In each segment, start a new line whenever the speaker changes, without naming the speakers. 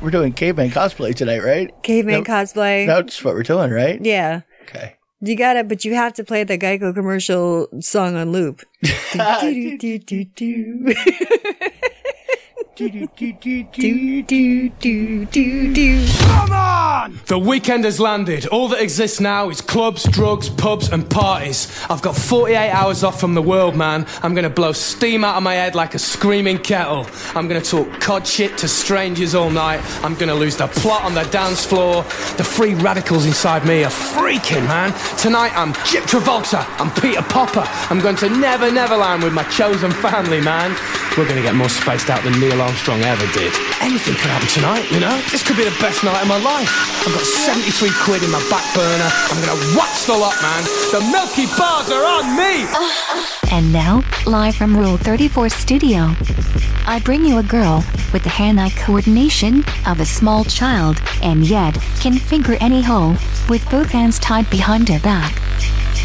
We're doing caveman cosplay tonight, right?
Caveman
Nope.
cosplay.
That's what we're doing, right?
Yeah.
Okay.
You got it, but you have to play the Geico commercial song on loop. Do, do, do, do. Do, do, do, do, do.
The weekend has landed. All that exists now is clubs, drugs, pubs, and parties. I've got 48 hours off from the world, man. I'm gonna blow steam out of my head like a screaming kettle. I'm gonna talk cod shit to strangers all night. I'm gonna lose the plot on the dance floor. The free radicals inside me are freaking, man. Tonight I'm Chip Travolta. I'm Peter Popper. I'm going to Never Neverland with my chosen family, man. We're gonna get more spaced out than Neil Armstrong ever did. Anything could happen tonight, you know? This could be the best night of my life. I've got 73 quid in my back burner. I'm gonna wax the lot, man. The Milky Bars are on me!
And now, live from Rule 34 Studio, I bring you a girl with the hand-eye coordination of a small child, and yet can figure any hole with both hands tied behind her back.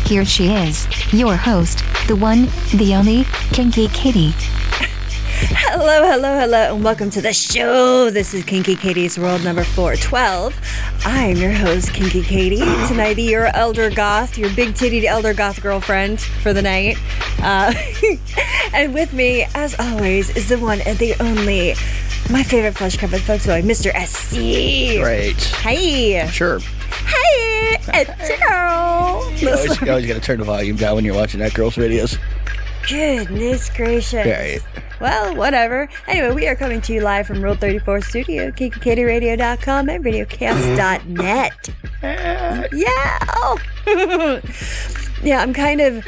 Here she is, your host, the one, the only, Kinky Kitty.
Hello, hello, hello, and welcome to the show. This is Kinky Katie's World number 412. I'm your host, Kinky Katie. Tonight, your elder goth, your big titted elder goth girlfriend for the night. Uh, and with me, as always, is the one and the only, my favorite flesh covered folk toy, Mr. SC.
Great.
Hey,
Sure.
hey, it's your girl.
You always, you always got to turn the volume down when you're watching that girl's videos.
Goodness gracious.
Right.
Well, whatever. Anyway, we are coming to you live from Rule 34 Studio, KikiKatieRadio.com and RadioChaos.net. Yeah! Oh. yeah, I'm kind of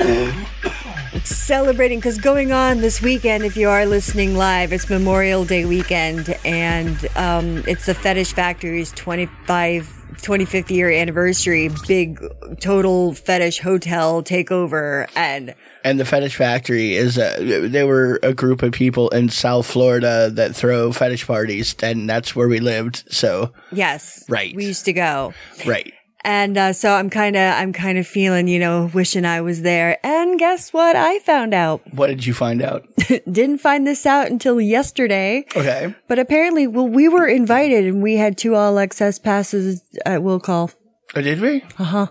celebrating because going on this weekend, if you are listening live, it's Memorial Day weekend and um, it's the Fetish Factory's 25. 25th year anniversary, big total fetish hotel takeover, and
And the Fetish Factory is a, they were a group of people in South Florida that throw fetish parties, and that's where we lived. So,
Yes.
Right.
We used to go.
right.
And uh, so I'm kind of I'm kind of feeling, you know, wishing I was there. And guess what I found out?
What did you find out?
Didn't find this out until yesterday.
Okay.
But apparently, well, we were invited and we had two all access passes at will call.
Oh, did we? Uh huh.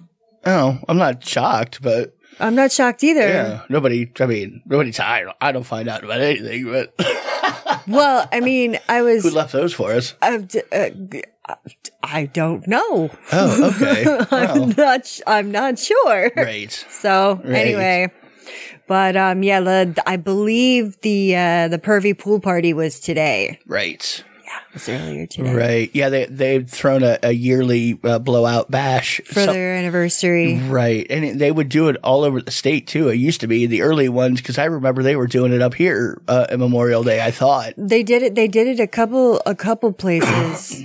Oh, I'm not shocked, but
I'm not shocked either.
yeah, nobody. I mean, nobody's. I don't, I don't find out about anything, but
Well, I mean, I
who
was
left those for us?
I, d- uh, g- I don't know.
Oh, okay.
I'm
Well,
not sh- I'm not sure.
great.
So
Right.
anyway, but um, yeah, the, I believe the uh, the pervy pool party was today.
Right.
Yeah, it was earlier today
Right. Yeah, they they've thrown a, a yearly uh, blowout bash.
for
So-
their anniversary.
right, and it, they would do it all over the state too. It used to be the early ones because I remember they were doing it up here uh, at Memorial Day. I thought.
They did it. They did it a couple a couple places.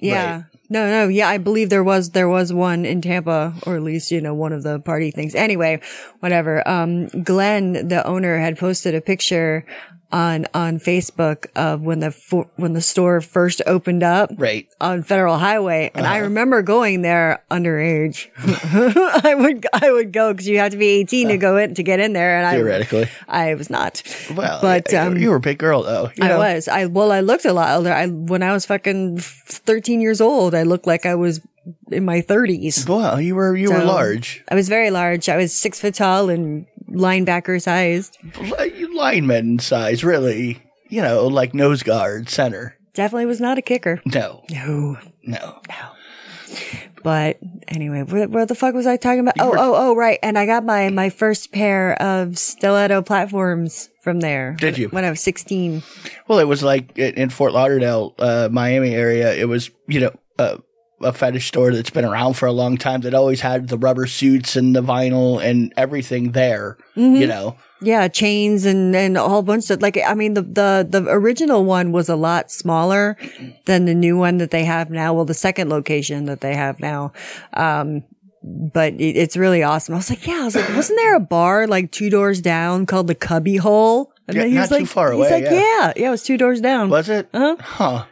yeah.
Right.
No, no, yeah, I believe there was there was one in Tampa, or at least you know one of the party things. Anyway, whatever. Um, Glenn, the owner, had posted a picture on on Facebook of when the fo- when the store first opened up,
Right. Uh-huh.
on Federal Highway, and I remember going there underage. I would I would go because you have to be eighteen to go in to get in there, and I
Uh-huh. Theoretically.
I was not.
Well,
but
yeah,
um,
you were a big girl though. you
I
know?
was I well I looked a lot older. I when I was fucking thirteen years old, I looked like I was in my thirties.
Well, you were you were
So-
large.
I was very large. I was six foot tall and linebacker sized.
You lineman size, really. You know, like nose guard, center.
Definitely was not a kicker.
No,
No.
no.
But anyway, where, where the fuck was I talking about? Oh, oh, oh, right. And I got my, my first pair of stiletto platforms from there.
Did you?
When I was 16.
Well, it was like i- in Fort Lauderdale, uh, Miami area. It was you know a, a fetish store that's been around for a long time that always had the rubber suits and the vinyl and everything there. You know,
Yeah. Chains and, and a whole bunch of like, I mean, the, the, the original one was a lot smaller than the new one that they have now. Well, the second location that they have now. Um, but it, it's really awesome. I was like, yeah, I was like, wasn't there a bar like two doors down called the Cubby Hole? And
Yeah,
then he
not
was
too
like,
far away,
He's like,
yeah.
yeah, yeah, it was two doors down,
was it?
Uh-huh.
Huh.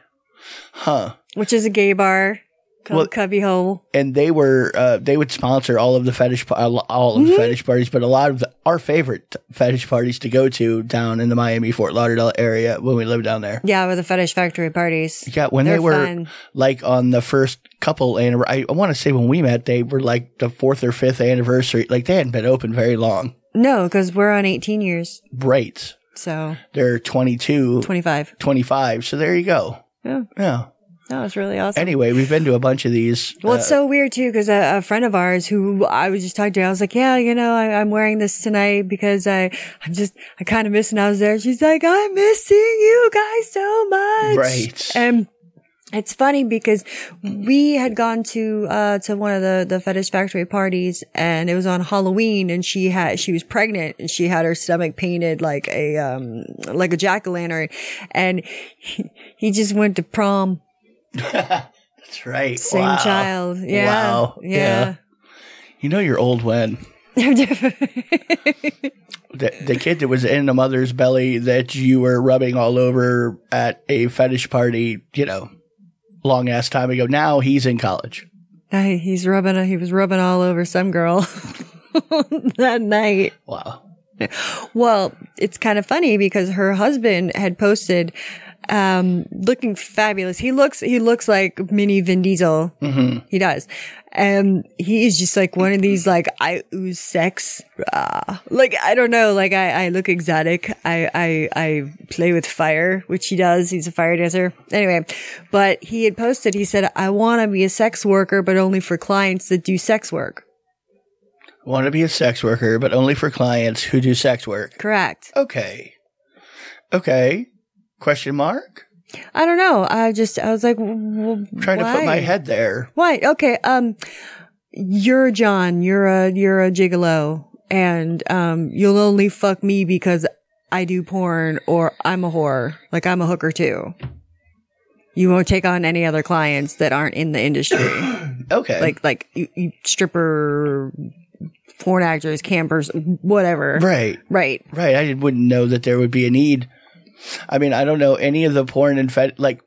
Huh.
which is a gay bar. called
Well-
Cubby Hole.
and they were uh, they would sponsor all of the fetish pa- all all of the fetish parties, but a lot of the, our favorite fetish parties to go to down in the Miami Fort Lauderdale area when we lived down there.
Yeah, with the Fetish Factory parties.
Yeah, when
They're
they were
fun.
like on the first couple, and I, I want to say when we met, they were like the fourth or fifth anniversary. Like they hadn't been open very long.
No, because we're on 18 years.
Right,
So
they're 22,
25.
25. So there you go.
Yeah,
Yeah.
that was really awesome.
Anyway, we've been to a bunch of these. Uh,
Well, it's so weird too because a, a friend of ours who I was just talking to, I was like, "Yeah, you know, I, I'm wearing this tonight because I, I'm just, I kind of miss." And I was there. She's like, "I'm missing you guys so much."
Right.
And it's funny because we had gone to uh to one of the the fetish factory parties and it was on Halloween and she had she was pregnant and she had her stomach painted like a um like a jack o' lantern and he, he just went to prom
That's right.
same
Wow.
child. Yeah.
Wow.
Yeah.
You know you're old when the, the kid that was in the mother's belly that you were rubbing all over at a fetish party, you know, long ass time ago. Now he's in college.
Uh, He's rubbing. He was rubbing all over some girl that night.
Wow.
Well, it's kind of funny because her husband had posted, um, looking fabulous. He looks. He looks like mini Vin Diesel. Mm-hmm. He does. Um, he is just like one of these like I ooze sex. Ah. like I don't know. Like I, I look exotic. I, I I play with fire, which he does. He's a fire dancer. Anyway, but he had posted. He said, "I want to be a sex worker, but only for clients that do sex work."
Want to be a sex worker, but only for clients who do sex work.
Correct.
Okay. Okay. Question mark?
I don't know. I just I was like, w-
I'm trying to put my
why?
head there.
Why? Okay. Um, you're John. You're a you're a gigolo, and um, you'll only fuck me because I do porn or I'm a whore. Like I'm a hooker too. You won't take on any other clients that aren't in the industry,
Okay.
like like you, you stripper, porn actors, campers, whatever.
right.
Right.
Right. I wouldn't know that there would be a need. I mean, I don't know any of the porn and fet- like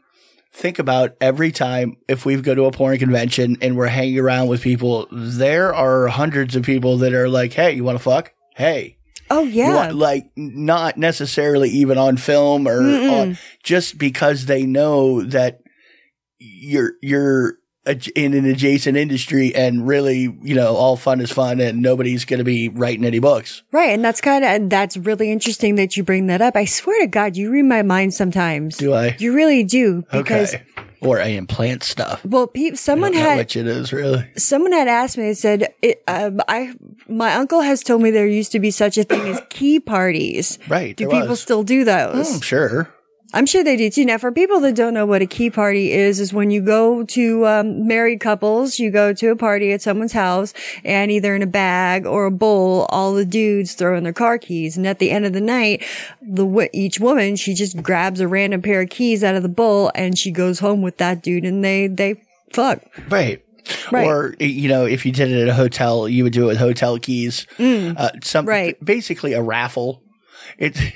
think about every time if we go to a porn convention and we're hanging around with people, there are hundreds of people that are like, "Hey, you want to fuck? Hey,
Oh
you
yeah.
want-" like n- not necessarily even on film or on, just because they know that you're you're ad- in an adjacent industry and really, you know, all fun is fun and nobody's going to be writing any books.
Right. And that's kind of, and that's really interesting that you bring that up. I swear to God, you read my mind sometimes.
Do I?
You really do. Because,
Okay. Or I implant stuff.
well, pe-
I
someone
don't know
had,
which it is really.
someone had asked me, they said, it, um, I, my uncle has told me there used to be such a thing as key parties.
Right.
Do
there
people
was.
still do those?
Mm, sure.
I'm sure they do too. Now, for people that don't know what a key party is, is when you go to um, married couples, you go to a party at someone's house, and either in a bag or a bowl, all the dudes throw in their car keys, and at the end of the night, the wo- each woman she just grabs a random pair of keys out of the bowl, and she goes home with that dude, and they they fuck.
Right.
Right.
Or you know, if you did it at a hotel, you would do it with hotel keys. uh, some
Mm. right.
basically a raffle. It's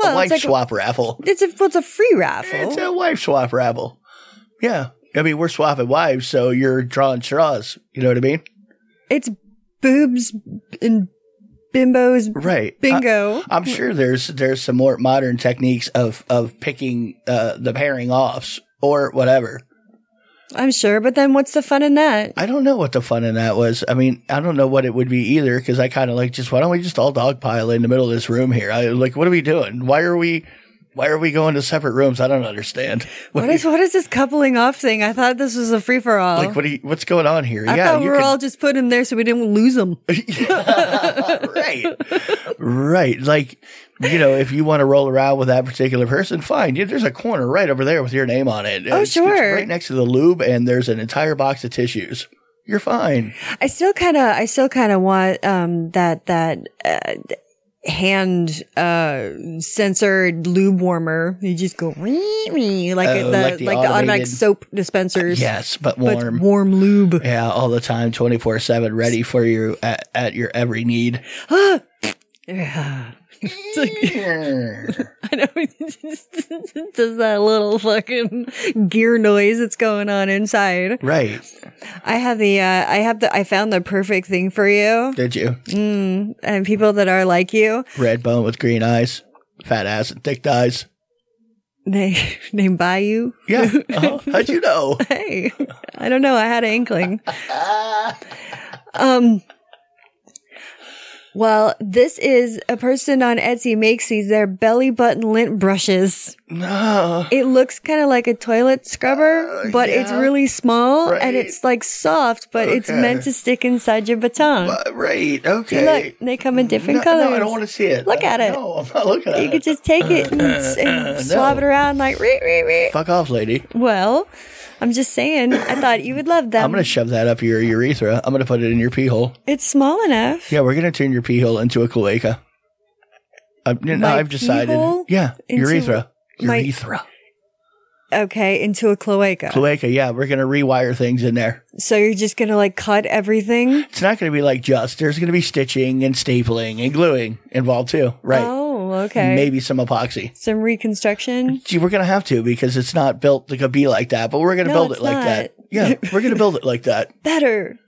a
Well,
wife
it's like
swap raffle.
a, it's a well, it's a free raffle.
It's a wife swap raffle. Yeah. I mean, we're swapping wives, so you're drawing straws. You know what I mean?
it's boobs and bimbos
Right.
bingo.
I, am sure there's there's some more modern techniques of of picking uh, the pairing offs or whatever.
I'm sure, but then what's the fun in that?
I don't know what the fun in that was. I mean, I don't know what it would be either because I kind of like just why don't we just all dogpile in the middle of this room here? I like what are we doing? Why are we? Why are we going to separate rooms? I don't understand.
What is what is this coupling off thing? I thought this was a free for all.
like what? Are you, what's going on here?
I thought we were all just putting them there so we didn't lose them.
right, right. Like you know, if you want to roll around with that particular person, fine. You, there's a corner right over there with your name on it. It's- it's
Oh, sure.
right next to the lube, and there's an entire box of tissues. You're fine.
I still kind of, I still kind of want um that that uh, hand uh censored lube warmer. You just go wee, wee, like
Oh,
the
like
like
the
the, automatic
automated-
soap dispensers.
Yes, but
but
warm.
warm lube.
Yeah, all the time, twenty four seven, ready for you at, at your every need.
Yeah. It's like- I know it just does that little fucking gear noise that's going on inside.
right.
I have the uh, I have the I found the perfect thing for you
Did you?
and people that are like you.
Red bone with green eyes, fat ass and thick thighs.
They named Bayou.
Yeah. Uh-huh. How'd you know?
Hey, I don't know. I had an inkling. um, well, this is a person on Etsy makes these. They're belly button lint brushes.
No.
It looks kind of like a toilet scrubber, but it's
Uh, yeah.
really small
Right.
and it's like soft, but it's
Okay.
meant to stick inside your baton.
Uh, right.
See,
Okay.
look, they come in different
no,
colors.
no, I don't want to see it.
Look at it.
No, I'm not looking at
you
it.
could just take it and, and swab it around like, "Ree, ree, ree."
Fuck off, lady.
well, I'm just saying, I thought you would love them.
I'm going to shove that up your urethra. I'm going to put it in your pee hole.
It's small enough.
Yeah, we're going to turn your pee hole into a cloaca. I've, no,
My
I've
pee
decided.
hole
yeah,
into
urethra.
my-
Urethra.
Okay, into a cloaca.
Cloaca, yeah, we're going to rewire things in there.
so you're just gonna like cut everything?
It's not going to be like just. There's going to be stitching and stapling and gluing involved too. Right.
Oh, okay.
Maybe some epoxy.
Some reconstruction.
Gee, we're going to have to because it's not built to be like that, but we're going to
No,
build
it's
it like that.
not.
Yeah, we're going to build it like that.
Better,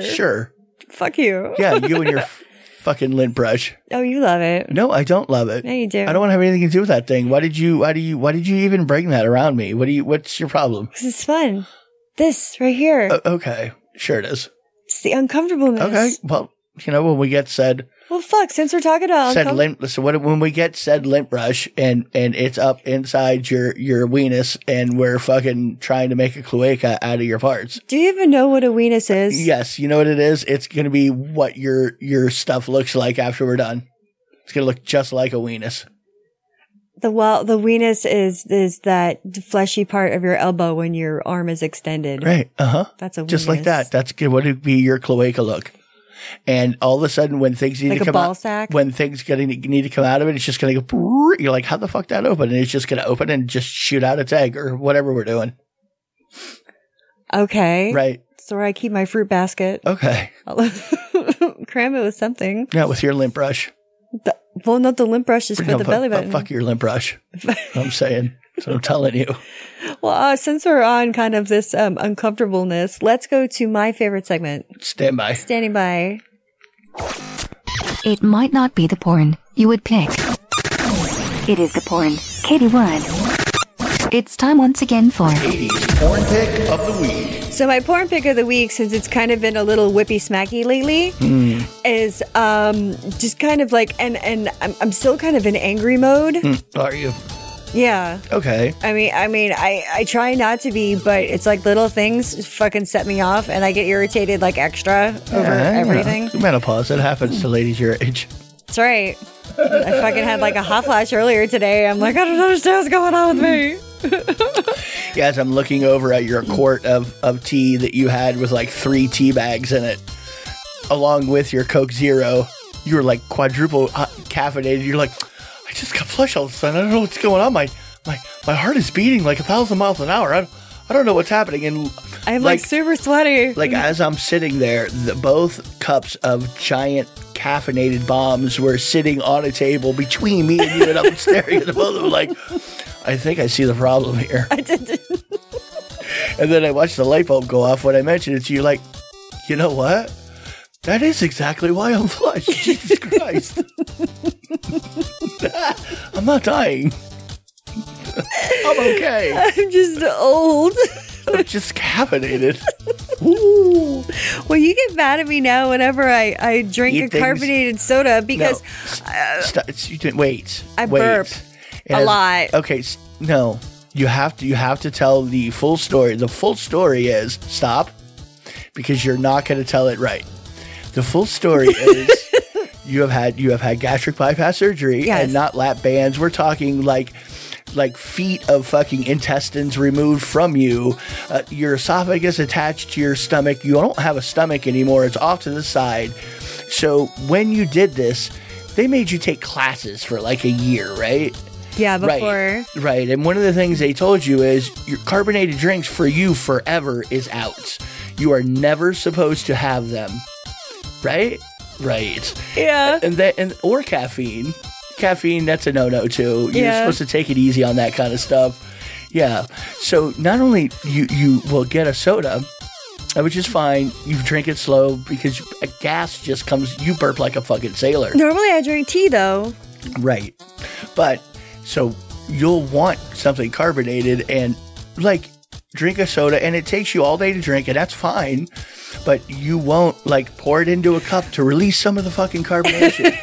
Sure.
Fuck you.
Yeah, you and your f- fucking lint brush.
Oh, you love it.
No, I don't love it.
Yeah, you do.
I don't want to have anything to do with that thing. Why did you? Why do you? Why did you even bring that around me? What do you? What's your problem?
'Cause it's fun. This right here.
O- okay, sure it is.
it's the uncomfortableness.
Uh, Okay, well, you know when we get said
Well, fuck. Since we're talking about
said
uncom-
lint. So what, when we get said lint brush and and it's up inside your your weenus and we're fucking trying to make a cloaca out of your parts.
do you even know what a weenus is?
Yes, you know what it is. It's gonna be what your your stuff looks like after we're done. It's gonna look just like a weenus.
The well, the weenus is is that fleshy part of your elbow when your arm is extended.
Right. Uh huh.
That's a
just like
weenus.
that. That's good. What would be your cloaca look? And all of a sudden, when things need
Like
to
a
come
ball
out,
sack?
when things gonna need to come out of it, it's just gonna go. brrr. You're like, how the fuck that open? And it's just gonna open and just shoot out its egg or whatever we're doing.
Okay.
Right?
So where I keep my fruit basket.
Okay.
I'll cram it with something.
Now with your lint brush.
The- well, not the lint brushes for
No,
the
fu-
belly
fu-
button.
Fuck your lint brush. I'm saying. So I'm telling you.
Well, uh, since we're on kind of this um, uncomfortableness, let's go to my favorite segment,
Stand by.
standing by.
It might not be the porn you would pick. It is the porn Katie would. It's time once again for
Porn pick of the week.
So my porn pick of the week, since it's kind of been a little whippy smacky lately,
Mm.
is um, just kind of like, and and I'm, I'm still kind of in angry mode.
Are you
Yeah.
okay?
I mean, I mean, I, I try not to be, but it's like little things fucking set me off, and I get irritated like extra over
Ah, Yeah, you know,
everything.
menopause. It happens to ladies your age.
That's right. I fucking had like a hot flash earlier today. I'm like, I don't understand what's going on with me.
Yeah, as I'm looking over at your quart of, of tea that you had with like three tea bags in it, along with your Coke Zero, you were like quadruple uh, caffeinated. You're like, I just got flush all of a sudden. I don't know what's going on. My my my heart is beating like a thousand miles an hour. I, don't- I don't know what's happening. And
I'm like, super sweaty.
like as I'm sitting there, the, both cups of giant caffeinated bombs were sitting on a table between me and you, and I'm staring at the both of them like, I think I see the problem here. and then I watched the light bulb go off when I mentioned it to you. Like, you know what? That is exactly why I'm flushed. Jesus Christ! I'm not dying. I'm okay.
I'm just old.
I'm just caffeinated. Ooh.
well, you get mad at me now whenever I, I drink
Eat
a
things.
carbonated soda because
Stop, you didn't- wait.
I
wait.
burp
It
a
has-
lot.
Okay, s- no. You have to you have to tell the full story. The full story is stop because you're not going to tell it right. The full story is you have had you have had gastric bypass surgery
Yes.
and not lap bands. We're talking like like feet of fucking intestines removed from you, uh, your esophagus attached to your stomach. You don't have a stomach anymore. It's off to the side. So when you did this, they made you take classes for like a year, right?
yeah, before
Right. Right. And one of the things they told you is your carbonated drinks for you forever is out. You are never supposed to have them. Right? Right.
yeah,
And that and or caffeine. caffeine, that's a no no too. You're
Yeah.
supposed to take it easy on that kind of stuff. Yeah. So not only you you will get a soda, uh, which is fine. You drink it slow because a gas just comes. You burp like a fucking sailor.
Normally I drink tea though.
Right. But so you'll want something carbonated and like drink a soda and it takes you all day to drink and that's fine. But you won't like pour it into a cup to release some of the fucking carbonation.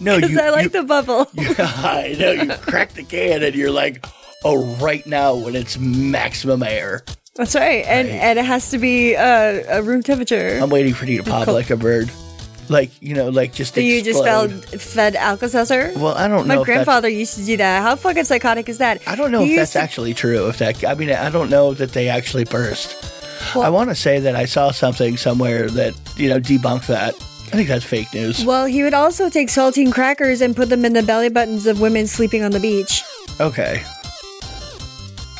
no,
Because
you
I like
you,
the bubble.
I know you crack the can and you're like, oh right now when it's maximum air.
That's right. And and it has to be uh, a room temperature.
I'm waiting for you to pop like a bird. Like, you know, like just
so you just
explode.
fed, fed Alka-Seltzer?
Well, I don't
My
know if that's-
grandfather used to do that. How fucking psychotic is that?
I don't know
He
if
used
that's
to-
actually true. If that, I mean, I don't know that they actually burst. I want to say that I saw something somewhere that you know debunked that. I think that's fake news.
Well, he would also take saltine crackers and put them in the belly buttons of women sleeping on the beach.
Okay.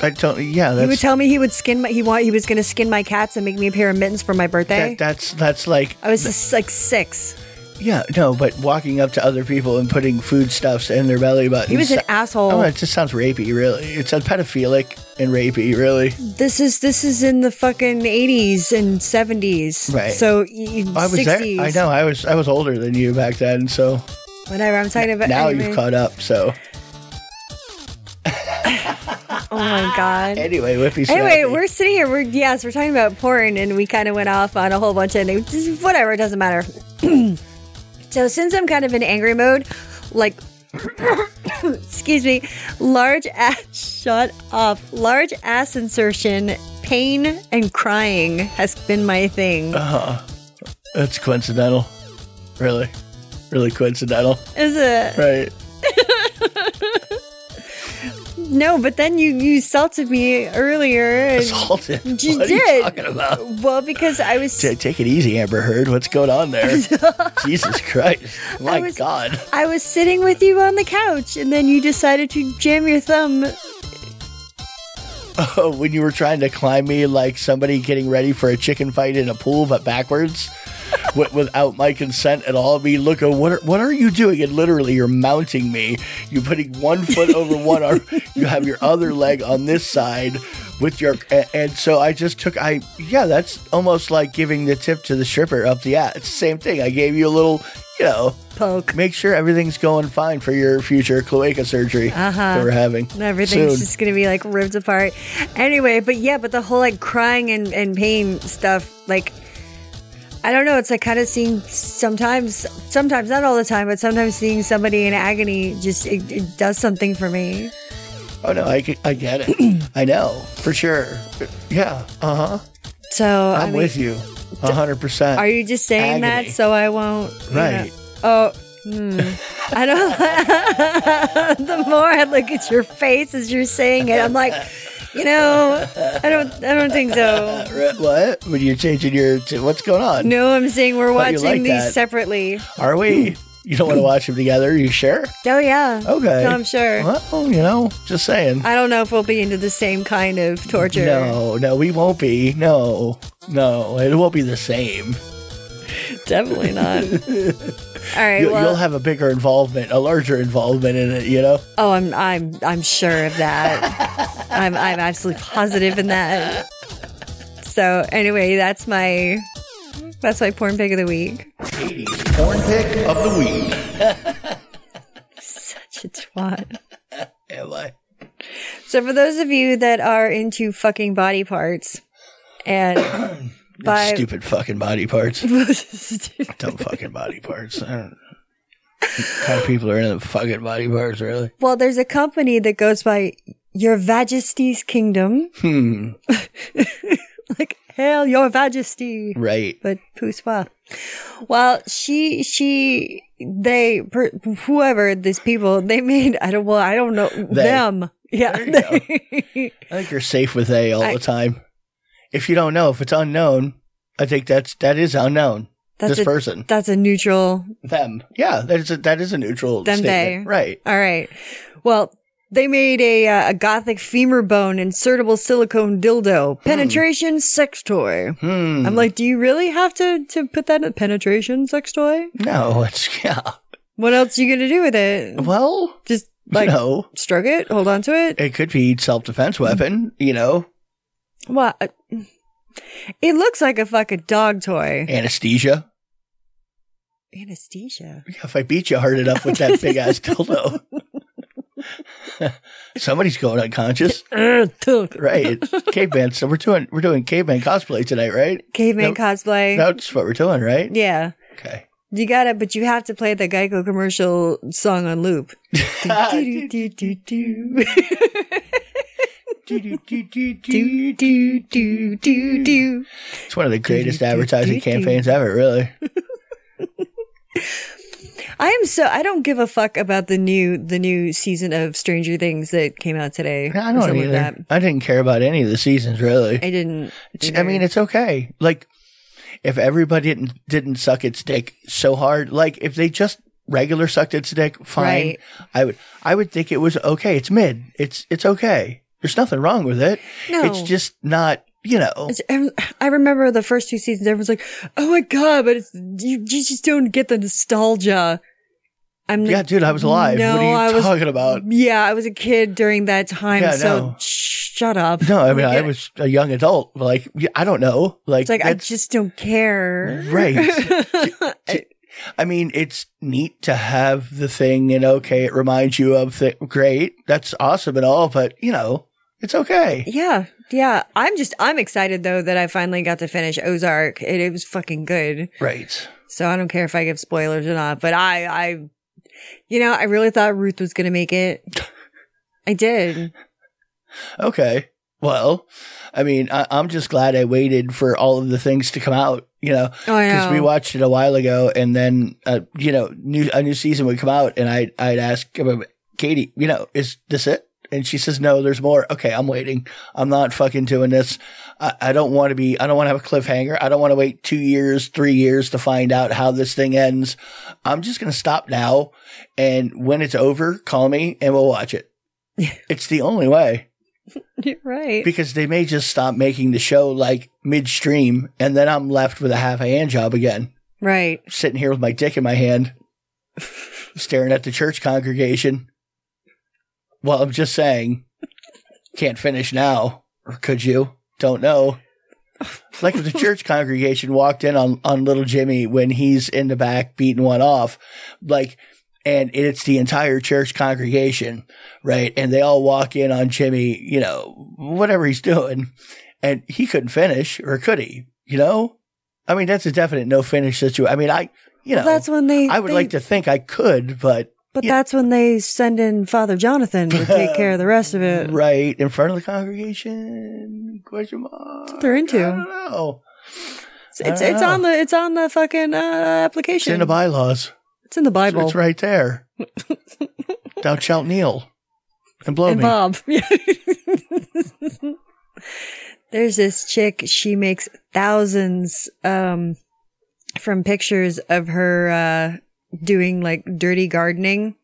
I don't. Yeah,
He would
that's
tell me he would skin my he want he was going to skin my cats and make me a pair of mittens for my birthday.
that, that's that's like
I was just like six.
yeah no, but walking up to other people and putting foodstuffs in their belly buttons.
He was an asshole.
Oh, it just sounds rapey. Really, it sounds pedophilic and rapey. Really,
This is this is in the fucking eighties and seventies.
Right.
So y- y-
I was
60s.
there. I know. I was I was older than you back then, so
Whatever. I'm talking about.
now
anyway.
you've caught up. So
Oh my god.
anyway, Whippy.
Anyway,
Snappy.
we're sitting here. We're yes, we're talking about porn, and we kind of went off on a whole bunch of things. Just Whatever, it doesn't matter. so since I'm kind of in angry mode, like, excuse me, large ass. Shut up. Large ass insertion, pain, and crying has been my thing.
Uh. That's coincidental. Really. Really coincidental.
Is it?
Right.
No, but then you you salted me earlier. and-
Assaulted.
You
what Are
did.
you talking about?
well, because I was
T- Take it easy, Amber Heard. What's going on there? Jesus Christ. My
I was-
God.
I was sitting with you on the couch, and then you decided to jam your thumb
Oh, when you were trying to climb me like somebody getting ready for a chicken fight in a pool, but backwards. wi- Without my consent at all, me look. oh, What are, what are you doing? And literally, you're mounting me. You're putting one foot over one arm. You have your other leg on this side with your. a- And so I just took. I yeah, that's almost like giving the tip to the stripper up the ass. Same thing. I gave you a little. You know,
poke.
make sure everything's going fine for your future cloaca surgery that we're having.
Uh-huh. Everything's
soon.
just gonna be like ripped apart. Anyway, but yeah, but the whole like crying and, and pain stuff, like I don't know, it's like kind of seeing sometimes, sometimes not all the time, but sometimes seeing somebody in agony just it, it does something for me.
Oh no, I, get- I get it. I know for sure. Yeah, uh huh.
So
I'm
I mean,
with you, a hundred percent.
Are you just saying
Agony.
that so I won't? you know-
Right.
oh. hmm. I don't. the more I look at your face as you're saying it, I'm like, you know, I don't. I don't think so.
Re- What? When you're changing your? T- what's going on?
No, I'm saying we're
Thought you
watching
liked
these
that.
separately.
Are we? You don't want to watch them together? You sure?
Oh yeah.
Okay.
No, I'm sure.
Well, you know, just saying.
I don't know if we'll be into the same kind of torture.
No, no, we won't be. No, no, it won't be the same.
Definitely not. All right.
You,
well,
you'll have a bigger involvement, a larger involvement in it. You know.
oh, I'm I'm I'm sure of that. I'm I'm absolutely positive in that. So anyway, that's my that's my porn pick of the week.
Porn pick of the week.
Such a twat.
Am I?
So for those of you that are into fucking body parts and by
Stupid fucking body parts. dumb fucking body parts. I don't kind of people are into fucking body parts, really.
Well, there's a company that goes by Your Majesty's Kingdom.
Hmm.
Like, hail Your Majesty.
Right.
But poussoir. Well, she, she, they, per, whoever these people, they made, I don't, well, I don't know, them. Yeah.
I think you're safe with A all
I-
the time. If you don't know, if it's unknown, I think that's that is unknown.
That's
this
a-
person,
That's a neutral
them. Yeah, that is a, that is a neutral
Them
statement.
they.
Right.
All right. Well, they made a, uh, a gothic femur bone insertable silicone dildo penetration sex toy.
Hmm.
I'm like, do you really have to to put that in penetration sex toy?
No, it's yeah.
What else you gonna do with it?
Well,
Just like
you know,
stroke it, hold on to it.
it could be self defense weapon. You know,
Well, uh, it looks like a fucking dog toy.
anesthesia.
Anesthesia.
If I beat you hard enough with that big ass dildo, somebody's going unconscious, right? Caveman. So we're doing we're doing caveman cosplay tonight, right?
Caveman
No,
cosplay.
That's what we're doing, right?
Yeah.
Okay.
You gotta, but you have to play the Geico commercial song on loop. Do, do, do, do, do, do, do, do, do.
It's one of the greatest advertising campaigns ever, really.
I am so I don't give a fuck about the new the new season of Stranger Things that came out today.
I
or
don't
something like
either.
that.
I didn't care about any of the seasons, really.
I didn't.
It's- I mean, it's okay. Like, if everybody didn't didn't suck its dick so hard, like if they just regular sucked its dick, fine.
Right.
I would I would think it was okay. It's mid. It's it's okay. There's nothing wrong with it.
No.
It's just not. You know.
It's- and I remember the first two seasons. Everyone's like, "Oh my god!" But it's you, you just don't get the nostalgia. I'm
Yeah, dude, I was alive.
No,
what are
I
you
was-
talking about?
yeah, I was a kid during that time.
Yeah,
so
no.
sh- shut up.
No, I mean,
Like,
I was a young adult. Like, yeah, I don't know. Like,
It's like I
that's-
just don't care.
Right. I mean, it's neat to have the thing and okay, it reminds you of th- great. That's awesome and all, but you know, it's okay.
Yeah, yeah. I'm just I'm excited though that I finally got to finish Ozark. It, it was fucking good.
Right.
So I don't care if I give spoilers or not. But I I, you know, I really thought Ruth was gonna make it. I did.
Okay. Well, I mean, I- I'm just glad I waited for all of the things to come out, you know,
Oh, I
because
know.
we watched it a while ago and then, uh, you know, new, a new season would come out and I, I'd ask um, Katie, you know, is this it? And she says, no, there's more. Okay. I'm waiting. I'm not fucking doing this. I, I don't want to be, I don't want to have a cliffhanger. I don't want to wait two years, three years to find out how this thing ends. I'm just going to stop now. And when it's over, call me and we'll watch it. it's the only way
You're right.
because they may just stop making the show like midstream and then I'm left with a half a hand job again,
right.
sitting here with my dick in my hand, staring at the church congregation. Well, I'm just saying, can't finish now, or could you? Don't know. Like if the church congregation walked in on, on little Jimmy when he's in the back beating one off, like, and it's the entire church congregation, right? And they all walk in on Jimmy, you know, whatever he's doing, and he couldn't finish, or could he? You know, I mean, that's a definite no finish situation. I mean, I, you know,
that's when they.
I would
they-
like to think I could, but
But that's when they send in Father Jonathan to take care of the rest of it.
right in front of the congregation? Question mark.
they're into.
I don't know.
It's it's,
I don't
it's
know.
on the it's on the fucking uh,
Ah. It's
application.
in the bylaws.
It's in the
It's,
Bible.
it's right there. Thou shalt kneel and blow
and
me.
Bob. There's this chick, she makes thousands um from pictures of her uh doing like dirty gardening.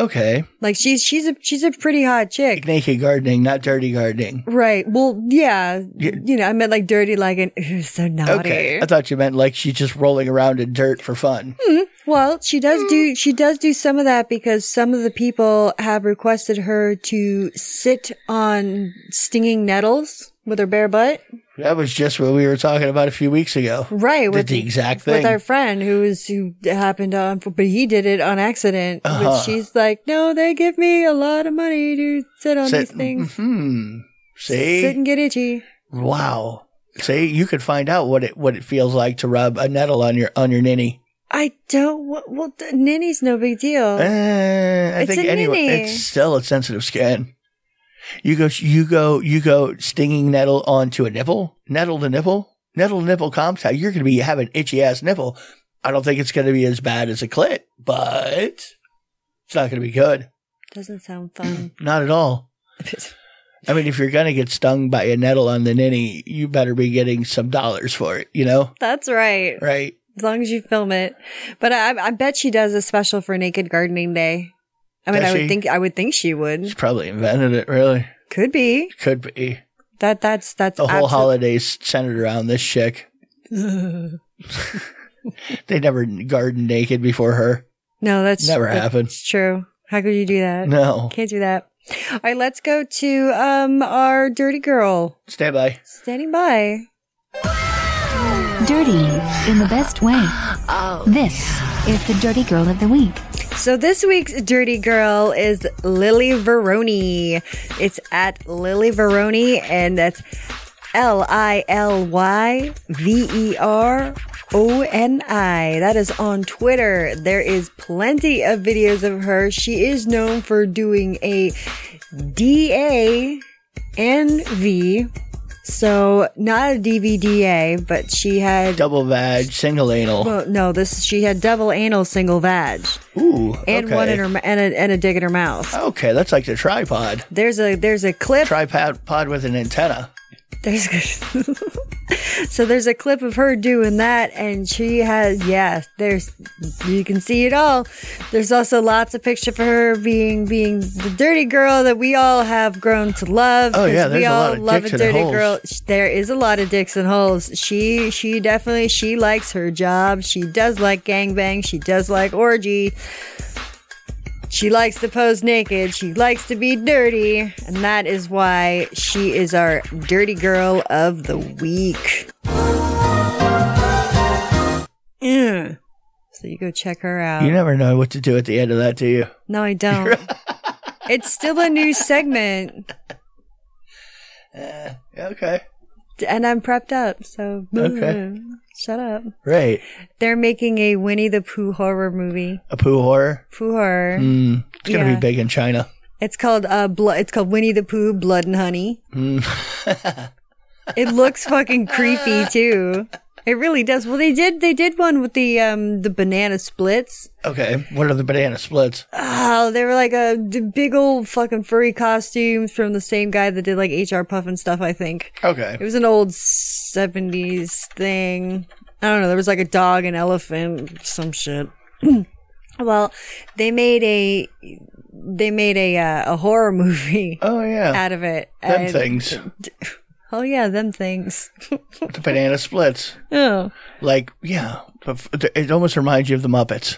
Okay,
Like she's she's a she's a pretty hot chick.
naked gardening, not dirty gardening.
Right. Well, yeah.
Yeah.
You know, I meant like dirty like an "Ooh, so naughty.
Okay, I thought you meant like she's just rolling around in dirt for fun.
Hmm. Well, she does do she does do some of that because some of the people have requested her to sit on stinging nettles with her bare butt.
That was just what we were talking about a few weeks ago.
Right,
Did the exact
with
thing.
our friend who was who happened on, but he did it on accident.
Uh-huh.
But she's like, no, they give me a lot of money to sit on
Sit-
these things,
Hmm. See,
sit and get itchy.
wow. See, you could find out what it what it feels like to rub a nettle on your on your ninny.
I don't. wa- Well, the ninny's no big deal.
Uh, I
Oh. It's
think
a
anyway,
mini.
it's still a sensitive skin. You go, you go, you go stinging nettle onto a nipple, nettle to nipple, nettle to nipple contact. You're going to be having itchy ass nipple. I don't think it's going to be as bad as a clit, but it's not going to be good.
Doesn't sound fun.
Not at all. I mean, if you're going to get stung by a nettle on the ninny, you better be getting some dollars for it, you know?
That's right.
Right.
As long as you film it, but I, I bet she does a special for Naked Gardening Day. I mean,
Does
I would
she?
think I would think she would.
She's probably invented it, really.
Could be
Could be.
that. That's that's
The whole
absolute-
holiday's centered around this chick. they never gardened naked before her.
No, that's
Never
that's
happened.
true. How could you do that?
No.
Can't do that. All right, let's go to um our dirty girl
Stand by.
standing by.
Dirty in the best way. This is the Dirty Girl of the Week.
So this week's dirty girl is Lily Veroni. It's at Lily Veroni, and that's L I L Y V E R O N I. That is on Twitter. There is plenty of videos of her. She is known for doing a D A N V. So not a DVDA, but she had
Double vag, single anal.
well, no, this she had double anal single vag
Ooh.
and
okay.
one in her m- and a, and a dig in her mouth.
Okay, that's like the tripod.
There's a there's a clip.
Tripod pod with an antenna.
There's so there's a clip of her doing that, and she has yes. There's you can see it all. There's also lots of picture for her being being the dirty girl that we all have grown to love.
Oh, yeah,
'cause
there's
we
a
all
lot of
love
dicks
a
and
dirty
holes.
girl. Sh- There is a lot of dicks and holes. She she definitely she likes her job. She does like gangbang. She does like orgy. She likes to pose naked. She likes to be dirty. And that is why she is our dirty girl of the week. Mm. So you go check her out.
You never know what to do at the end of that, do you?
no, I don't. it's still a new segment.
Okay.
And I'm prepped up. So
Okay.
shut up.
Right.
They're making a Winnie the Pooh horror movie.
A poo horror.
Pooh horror.
Mm, it's gonna
Yeah.
be big in China.
It's called uh, blo- It's called Winnie the Pooh Blood and Honey. it looks fucking creepy too. It really does. Well, they did. They did one with the um the banana splits.
Okay. What are the banana splits?
Oh, they were like a d- big old fucking furry costumes from the same guy that did like HR Puff and stuff. I think
Okay.
it was an old seventies thing. I don't know. There was like a dog, an elephant, some shit. well, they made a they made a uh, a horror movie
Oh yeah.
out of it.
Them
and-
things.
Oh yeah, them things.
The banana splits.
oh.
Like yeah. It almost reminds you of the Muppets.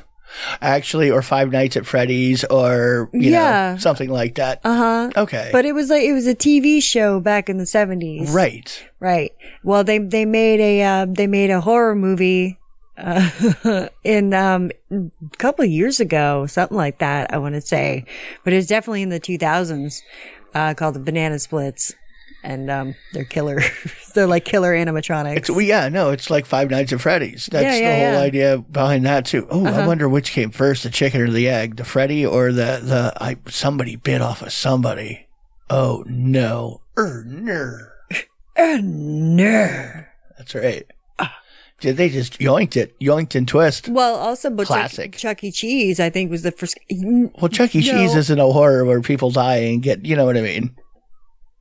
Actually, or Five Nights at Freddy's, or you
Yeah. Uh-huh.
know, something like that. Uh huh. Okay,
But it was like it was a TV show back in the seventies,
right.
Right. Well, they they made a uh, they made a horror movie uh, in um, a couple of years ago, something like that. I want to say, but it's definitely in the two thousands, uh, called the Banana Splits, and um, they're killer. they're like killer animatronics.
It's, well, yeah, no, it's like Five Nights at Freddy's. That's
Yeah, yeah, Uh-huh.
the whole
yeah.
idea behind that too. Oh, I wonder which came first, the chicken or the egg, the Freddy or the the I somebody bit off of somebody. Oh no, er ner.
no.
That's right.
Ah.
Did they just yoinked it, yoinked and twist?
Well, also, but Chuck-
Classic.
Chuck, E. Cheese, I think, was the first. I
Well, Chuck E. Cheese
No.
isn't a horror where people die and get, you know what I mean.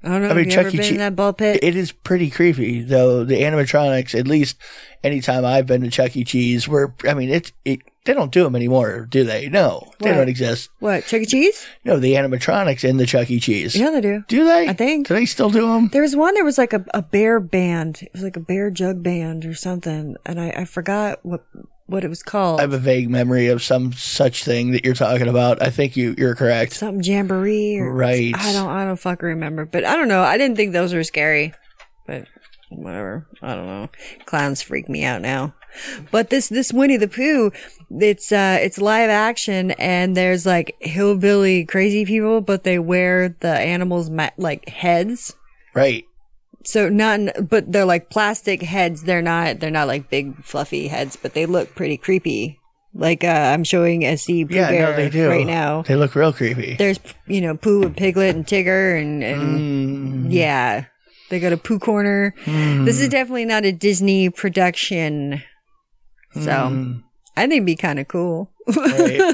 don't
I mean,
know. have you
Chuck
ever
E.
been in
Cheese-
that ball pit?
It is pretty creepy though. The animatronics, at least anytime I've been to Chuck E. Cheese, were I mean, it's it, they don't do them anymore, do they? No, they
What?
don't exist.
what Chuck E. Cheese?
No, the animatronics in the Chuck E. Cheese.
Yeah, they do.
Do they?
I think.
Do they still do them?
There was one. There was like a, a bear band. It was like a bear jug band or something, and I, I forgot what what it was called.
I have a vague memory of some such thing that you're talking about. I think you you're correct.
Something jamboree, or
Right.
I don't I don't fucking remember, but I don't know. I didn't think those were scary, but whatever. I don't know. Clowns freak me out now. But this this Winnie the Pooh, it's uh it's live action and there's like hillbilly crazy people, but they wear the animals ma- like heads.
Right.
So not, but they're like plastic heads. They're not, they're not like big fluffy heads, but they look pretty creepy. Like uh, I'm showing a see Pooh
Yeah,
Bear
no, they do.
right now.
They look real creepy.
There's you know Pooh and Piglet and Tigger and, and
Mm,
yeah, they go to Pooh Corner. This is definitely not a Disney production, so I think it'd be kind of cool.
Mm.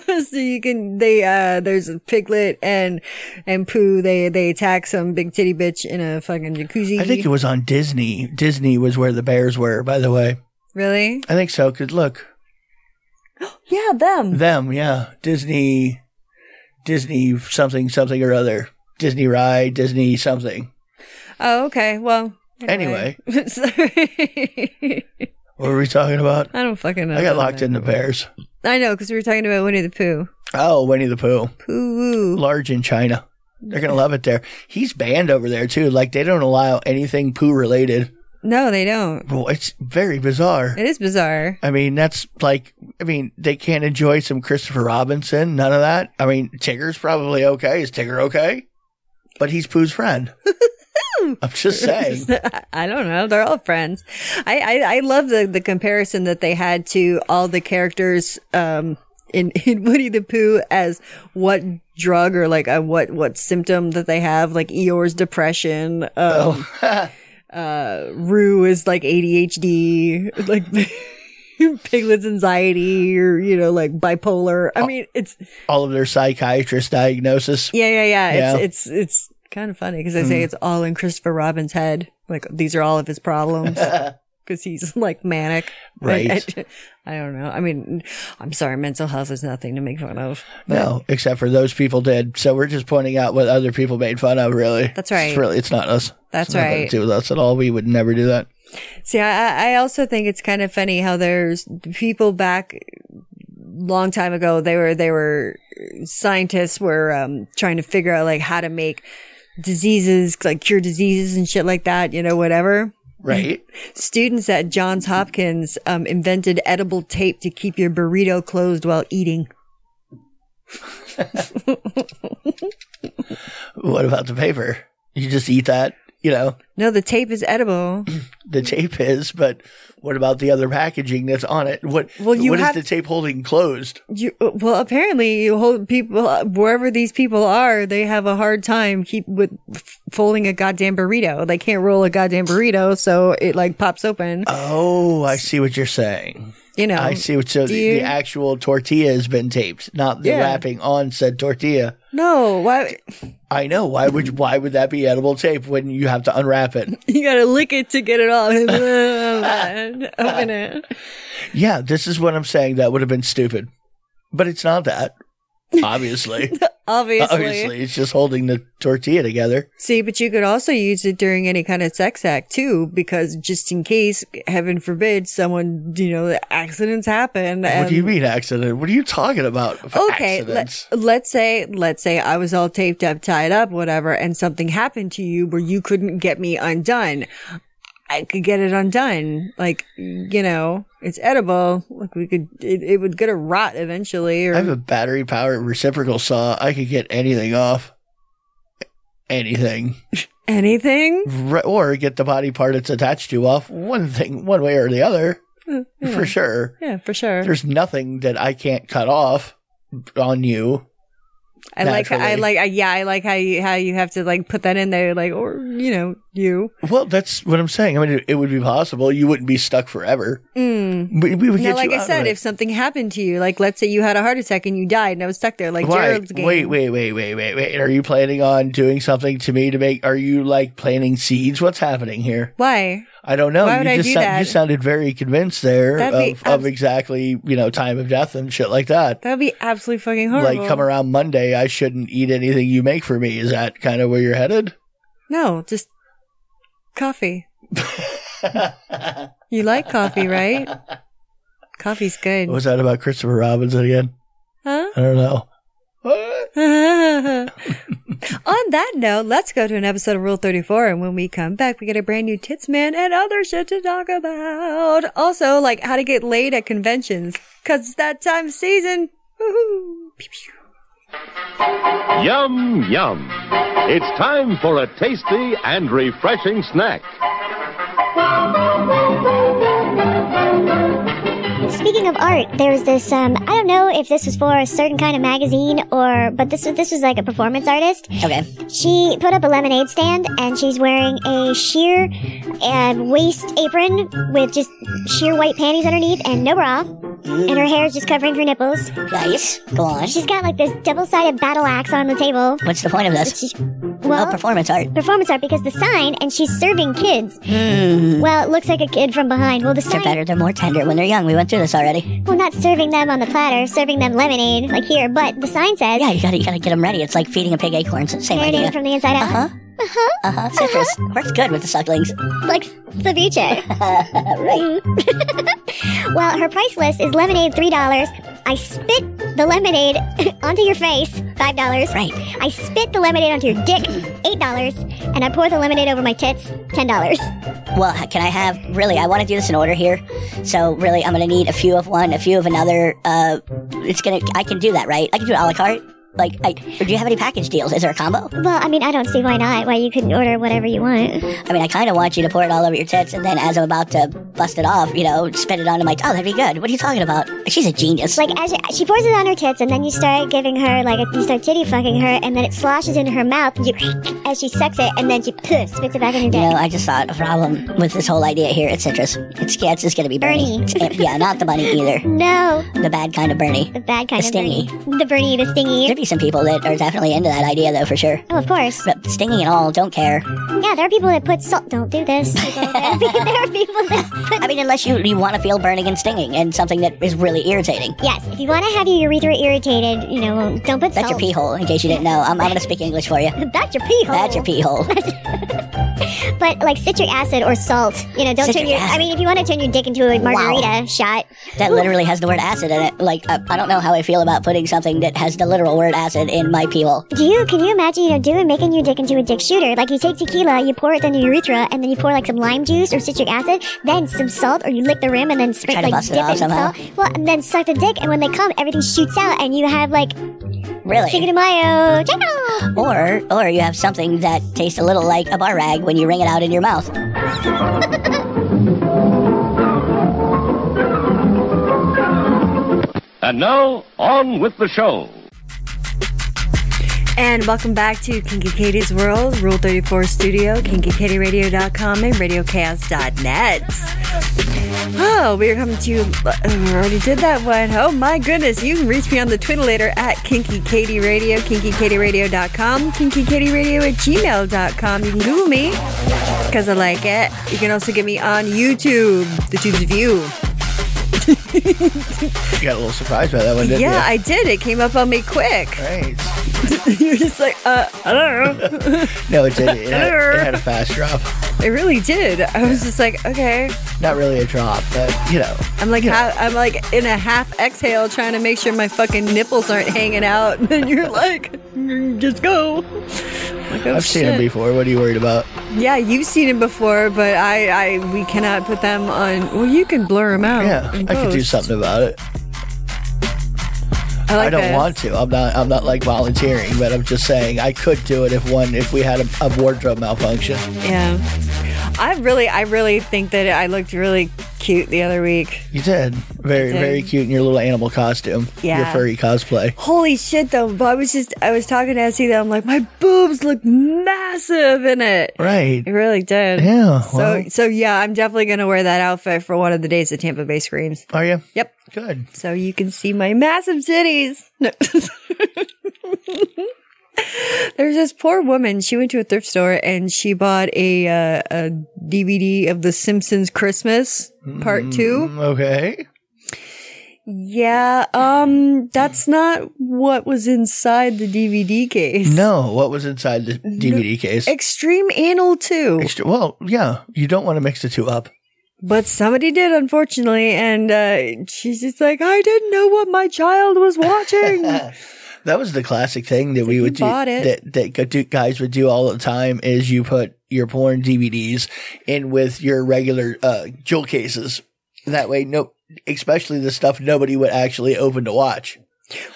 Right.
so you can they uh there's a Piglet and and Pooh they they attack some big titty bitch in a fucking jacuzzi.
I think it was on Disney. Disney was where the bears were, by the way.
really.
I think so. Cause look,
Yeah, them.
them, yeah, Disney, Disney something something or other, Disney ride, Disney something.
Oh, okay. Well, Sorry.
What were we talking about?
I don't fucking know.
I got locked into bears.
I know, because we were talking about Winnie the Pooh.
Oh, Winnie the Pooh,
Pooh woo.
large in China. They're gonna love it there. He's banned over there too. Like they don't allow anything Pooh related.
No, they don't.
Well, it's very bizarre.
It is bizarre.
I mean, that's like, I mean, they can't enjoy some Christopher Robinson. None of that. I mean, Tigger's probably okay. Is Tigger okay? But he's Pooh's friend. I'm just saying.
I don't know. They're all friends. I, I, I love the, the comparison that they had to all the characters um, in, in Winnie the Pooh as what drug or like uh, what what symptom that they have, like Eeyore's depression. Um, uh, Rue is like ADHD, like Piglet's anxiety, or you know, like bipolar.
Uh,
I mean, it's
All of their psychiatrist diagnosis.
yeah, yeah, yeah.
Yeah. Hmm.
It's it's it's kind of funny because I say it's all in Christopher Robin's head. Like these are all of his problems because he's like manic.
Right.
I, don't know. I mean, I'm sorry, mental health is nothing to make fun of.
No, except for those people did. So we're just pointing out what other people made fun of, really.
That's right.
It's really, it's not us.
That's
It's nothing
right.
to do with us at all. We would never do that.
See, I, I also think it's kind of funny how there's people back long time ago. They were, they were scientists were um, trying to figure out like how to make diseases, like cure diseases and shit like that, you know, whatever.
Right?
Students at Johns Hopkins um, invented edible tape to keep your burrito closed while eating.
what about the paper? You just eat that, you know,
No, the tape is edible.
the tape is, but what about the other packaging that's on it? What,
Well, you
what is
have-
the tape holding closed?
You, well, apparently, you hold people wherever these people are. They have a hard time keep with f- folding a goddamn burrito. They can't roll a goddamn burrito, so it like pops open.
Oh, I see what you're saying.
You know,
I see what so
Um, do
the, the
you-
actual tortilla has been taped, not the
Yeah.
wrapping on said tortilla.
no, why
I know. Why would why would that be edible tape when you have to unwrap it?
you gotta lick it to get it all? Open it.
Yeah, this is what I'm saying. That would have been stupid, but it's not that. Obviously,
Obviously.
obviously, it's just holding the tortilla together.
See, but you could also use it during any kind of sex act too, because just in case, heaven forbid, someone you know accidents happen.
What
and-
do you mean accident? What are you talking about? F-
okay let,
accidents.
let's say let's say i was all taped up tied up whatever and something happened to you where you couldn't get me undone i could get it undone like you know it's edible like we could it, it would get a rot eventually or
I have a battery powered reciprocal saw. I could get anything off. Anything.
anything
Re- or get the body part it's attached to off one thing, one way or the other, for sure.
yeah for sure
There's nothing that I can't cut off on you.
i like i
naturally.
like I, yeah i like how you how you have to like put that in there like or you know you
Well, that's what I'm saying. I mean, it, it would be possible. You wouldn't be stuck forever. Mm. We, we would
now
get
Hmm. like
you
i
out of
said
it.
if something happened to you like let's say you had a heart attack and you died and i was stuck there like
Why?
gerald's game
Wait, wait, wait, wait, wait, wait. Are you planning on doing something to me to make? Are you like planting seeds? What's happening here?
why
I don't know.
Why
you
would I
just
do
sound-
that?
you sounded very convinced there of,
That'd be
of
abs-
exactly you know time of death and shit like that.
That would be absolutely fucking horrible.
Like come around Monday, I shouldn't eat anything you make for me. Is that kind of where you're headed?
No, just coffee. you like coffee, right? Coffee's good.
What was that about Christopher Robinson again?
Huh?
I don't know. What?
On that note, let's go to an episode of Rule 34. And when we come back, we get a brand new Tits Man and other shit to talk about. Also, like how to get laid at conventions. Cause it's that time of season. Woohoo. Pew, pew.
Yum, yum. It's time for a tasty and refreshing snack.
Speaking of art, there's this um I don't know if this was for a certain kind of magazine or but this was this was like a performance artist.
Okay.
She put up a lemonade stand and she's wearing a sheer uh, waist apron with just sheer white panties underneath and no bra. And her hair is just covering her nipples.
Nice. Go on.
She's got like this double-sided battle axe on the table.
What's the point of this?
She's,
Oh,
well,
performance art.
performance art because the sign and she's serving kids.
Hmm.
Well, it looks like a kid from behind. Well, the
They're
sign
better. They're more tender when they're young. We went through this already.
Well, not serving them on the platter, serving them lemonade, like here, but the sign says,
Yeah, you gotta, you gotta get them ready. It's like feeding a pig acorns. It's the Same
tearing
idea.
it from the inside out.
Uh huh. Uh huh. Citrus. Works good with the sucklings.
Like ceviche.
right.
well, her price list is lemonade $3, I spit the lemonade onto your face, five dollars.
Right.
I spit the lemonade onto your dick, eight dollars, and I pour the lemonade over my tits, ten dollars.
Well, can I have really? I want to do this in order here. So really, I'm gonna need a few of one, a few of another. Uh, it's gonna. I can do that, right? I can do it a la carte. Like, I, or do you have any package deals? Is there a combo?
Well, I mean, I don't see why not. Why you couldn't order whatever you want.
I mean, I kind of want you to pour it all over your tits, and then as I'm about to bust it off, you know, spit it onto my. Oh, that'd be good. What are you talking about? She's a genius.
Like as she, she pours it on her tits, and then you start giving her like you start titty fucking her, and then it sloshes into her mouth. And you as she sucks it, and then she spits it back in your
You
dick.
know, I just thought a problem with this whole idea here at Citrus. It's yeah, it's just gonna be Bernie.
Bernie.
It's- uh, yeah, not the bunny either.
No,
The bad kind of Bernie.
the bad kind
The
of Bernie. The Bernie, the stingy.
There'd be some people that are definitely into that idea though, for sure.
Oh, of course.
But stinging and all, don't care.
Yeah, there are people that put salt. Don't do this. there are people that put.
I mean, unless you you want to feel burning and stinging and something that is really irritating.
Yes, if you want to have your urethra irritated, you know, don't put salt.
That's your pee hole, in case you didn't know. I'm, I'm going to speak English for you.
That's your pee hole.
That's your pee hole.
But like citric acid or salt, you know, don't
Citric
turn your.
acid.
I mean, if you want to turn your dick into a margarita shot,
That literally has the word acid in it. Like, uh, I, I don't know how I feel about putting something that has the literal word acid in my pee hole.
do you? Can you imagine, you know, doing making your dick into a dick shooter? Like you take tequila, you pour it down your urethra, and then you pour like some lime juice or citric acid, then some salt, or you lick the rim and then
Try
sprinkle
to
like
bust it
dip
off
in
somehow.
salt. Well, and then suck the dick, and when they come, everything shoots out, and you have like Cinco
Really?
de Mayo. Chico!
Or, or you have something that tastes a little like a bar rag when you wring it out in your mouth.
And now, on with the show.
And welcome back to Kinky Katie's World, Rule 34 Studio, KinkyKatieRadio.com, and RadioChaos.net. Oh, we are coming to you. uh, We already did that one. Oh my goodness. You can reach me on the Twitter later at Kinky Katie Radio, KinkyKatieRadio.com, KinkyKatieRadio at gmail.com. You can Google me because I like it. You can also get me on YouTube, the Tube's View.
You got a little surprised by that one, didn't
Yeah,
you?
I did. It came up on me quick.
Right.
You're just like, uh, I don't know.
No, it did. It had, it had a fast drop.
It really did. I was just like, okay.
Not really a drop, but you know.
I'm like, ha- I'm like in a half exhale, trying to make sure my fucking nipples aren't hanging out. And then you're like, "Mm, just go. Like, oh,
I've seen it
shit.
before. What are you worried about?
Yeah, you've seen it before, but I, I, we cannot put them on. Well, you can blur them out.
Yeah,
in
I could do
post.
something about it.
I, like
I don't
this.
want to. I'm not. I'm not like volunteering, but I'm just saying I could do it if one if we had a, a wardrobe malfunction.
Yeah, I really, I really think that I looked really cute the other week.
You did very
did.
very cute in your little animal costume. your
Yeah.
furry cosplay.
Holy shit, though! But I was just, I was talking to Essie. That I'm like, my boobs look massive in it.
Right.
It really did.
Yeah.
So
well,
so yeah, I'm definitely gonna wear that outfit for one of the days at Tampa Bay Screams.
are you?
Yep.
Good.
So you can see my massive titties. No. There's this poor woman. She went to a thrift store and she bought a uh, a DVD of The Simpsons Christmas Part Two.
Okay.
Yeah, um, that's not what was inside the DVD case.
No. What was inside the DVD case?
Extreme Anal Two.
Extra- well, yeah. You don't want to mix the two up.
But somebody did, unfortunately, and uh, she's just like, I didn't know what my child was watching.
That was the classic thing that we
you
would do.
bought it.
That that gu- do- guys would do all the time is you put your porn DVDs in with your regular uh, jewel cases. That way, no, especially the stuff nobody would actually open to watch,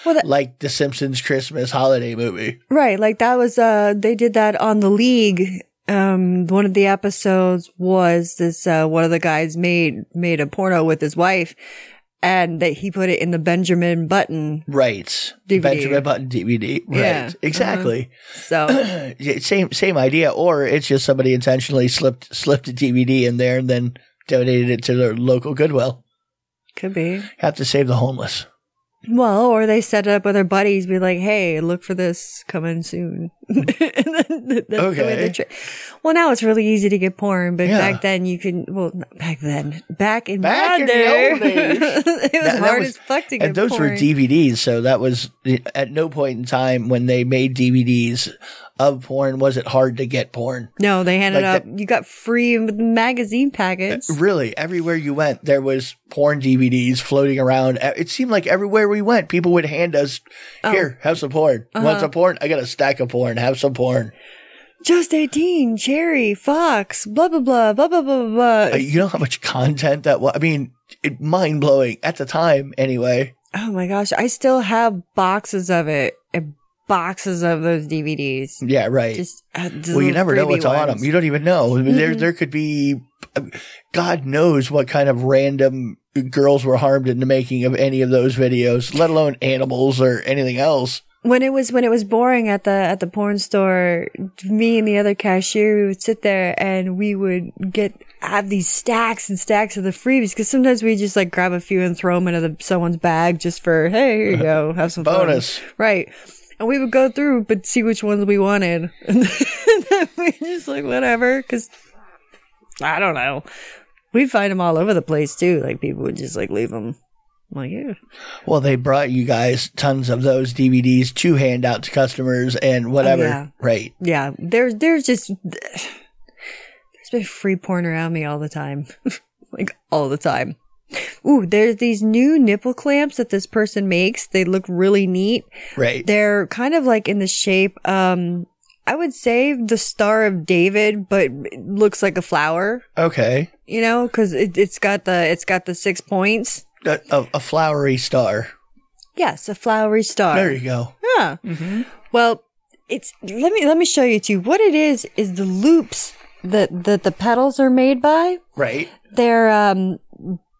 well, that,
like the Simpsons Christmas holiday movie.
right, like that was uh, they did that on the league. Um, one of the episodes was this uh, one of the guys made made a porno with his wife, and that he put it in the Benjamin Button.
Right,
DVD.
Benjamin Button DVD. Right,
Yeah. Uh-huh.
exactly.
So
Yeah, Same same idea, or it's just somebody intentionally slipped slipped a DVD in there and then donated it to their local Goodwill.
could be.
Have to save the homeless.
Well, or they set it up with their buddies, be like, "Hey, look for this coming soon." and then th- that's the way
Okay.
they tra- well, now it's really easy to get porn, but
Yeah.
back then you could. Well, not back then, back in
Back
my
in the
day,
old days.
it was
That- that
hard
was-
as fuck to get
and those
porn.
were DVDs. So that was at no point in time when they made DVDs of porn was it hard to get porn?
No, they handed
Like Uh,
out. you got free magazine packets.
Really, everywhere you went, there was porn DVDs floating around. E- It seemed like everywhere we went, people would hand us,
Oh.
"Here, have some porn.
Uh-huh.
Want some porn? I got a stack of porn. Have some porn."
Just 18, Cherry, Fox, blah, blah, blah, blah, blah, blah, blah.
Uh, You know how much content that was. I mean, it, mind blowing at the time. Anyway,
oh my gosh. I still have boxes of it and boxes of those DVDs.
yeah, right.
Just, uh, just
well, you
little
never know
freebie
what's on
ones.
them. You don't even know. I mean, There, there could be, um, God knows what kind of random girls were harmed in the making of any of those videos, let alone animals or anything else.
when it was when it was boring at the at the porn store, me and the other cashier we would sit there and we would get have these stacks and stacks of the freebies because sometimes we just like grab a few and throw them into the, someone's bag just for hey here you go have some fun."
Bonus.
right? And we would go through but see which ones we wanted, and then we just like whatever because I don't know. We find them all over the place too. Like people would just like leave them. I'm like yeah.
Well, they brought you guys tons of those DVDs to hand out to customers and whatever.
Oh, yeah.
Right.
yeah, there's there's just there's been free porn around me all the time, like all the time. Ooh, there's these new nipple clamps that this person makes. They look really neat.
Right.
They're kind of like in the shape, um, I would say the Star of David, but it looks like a flower.
okay.
You know, because it, it's got the it's got the six points.
A, a, a flowery star.
Yes, a flowery star.
There you go.
Huh. Well, it's let me let me show you too. What it is is the loops that that the petals are made by.
Right.
They're um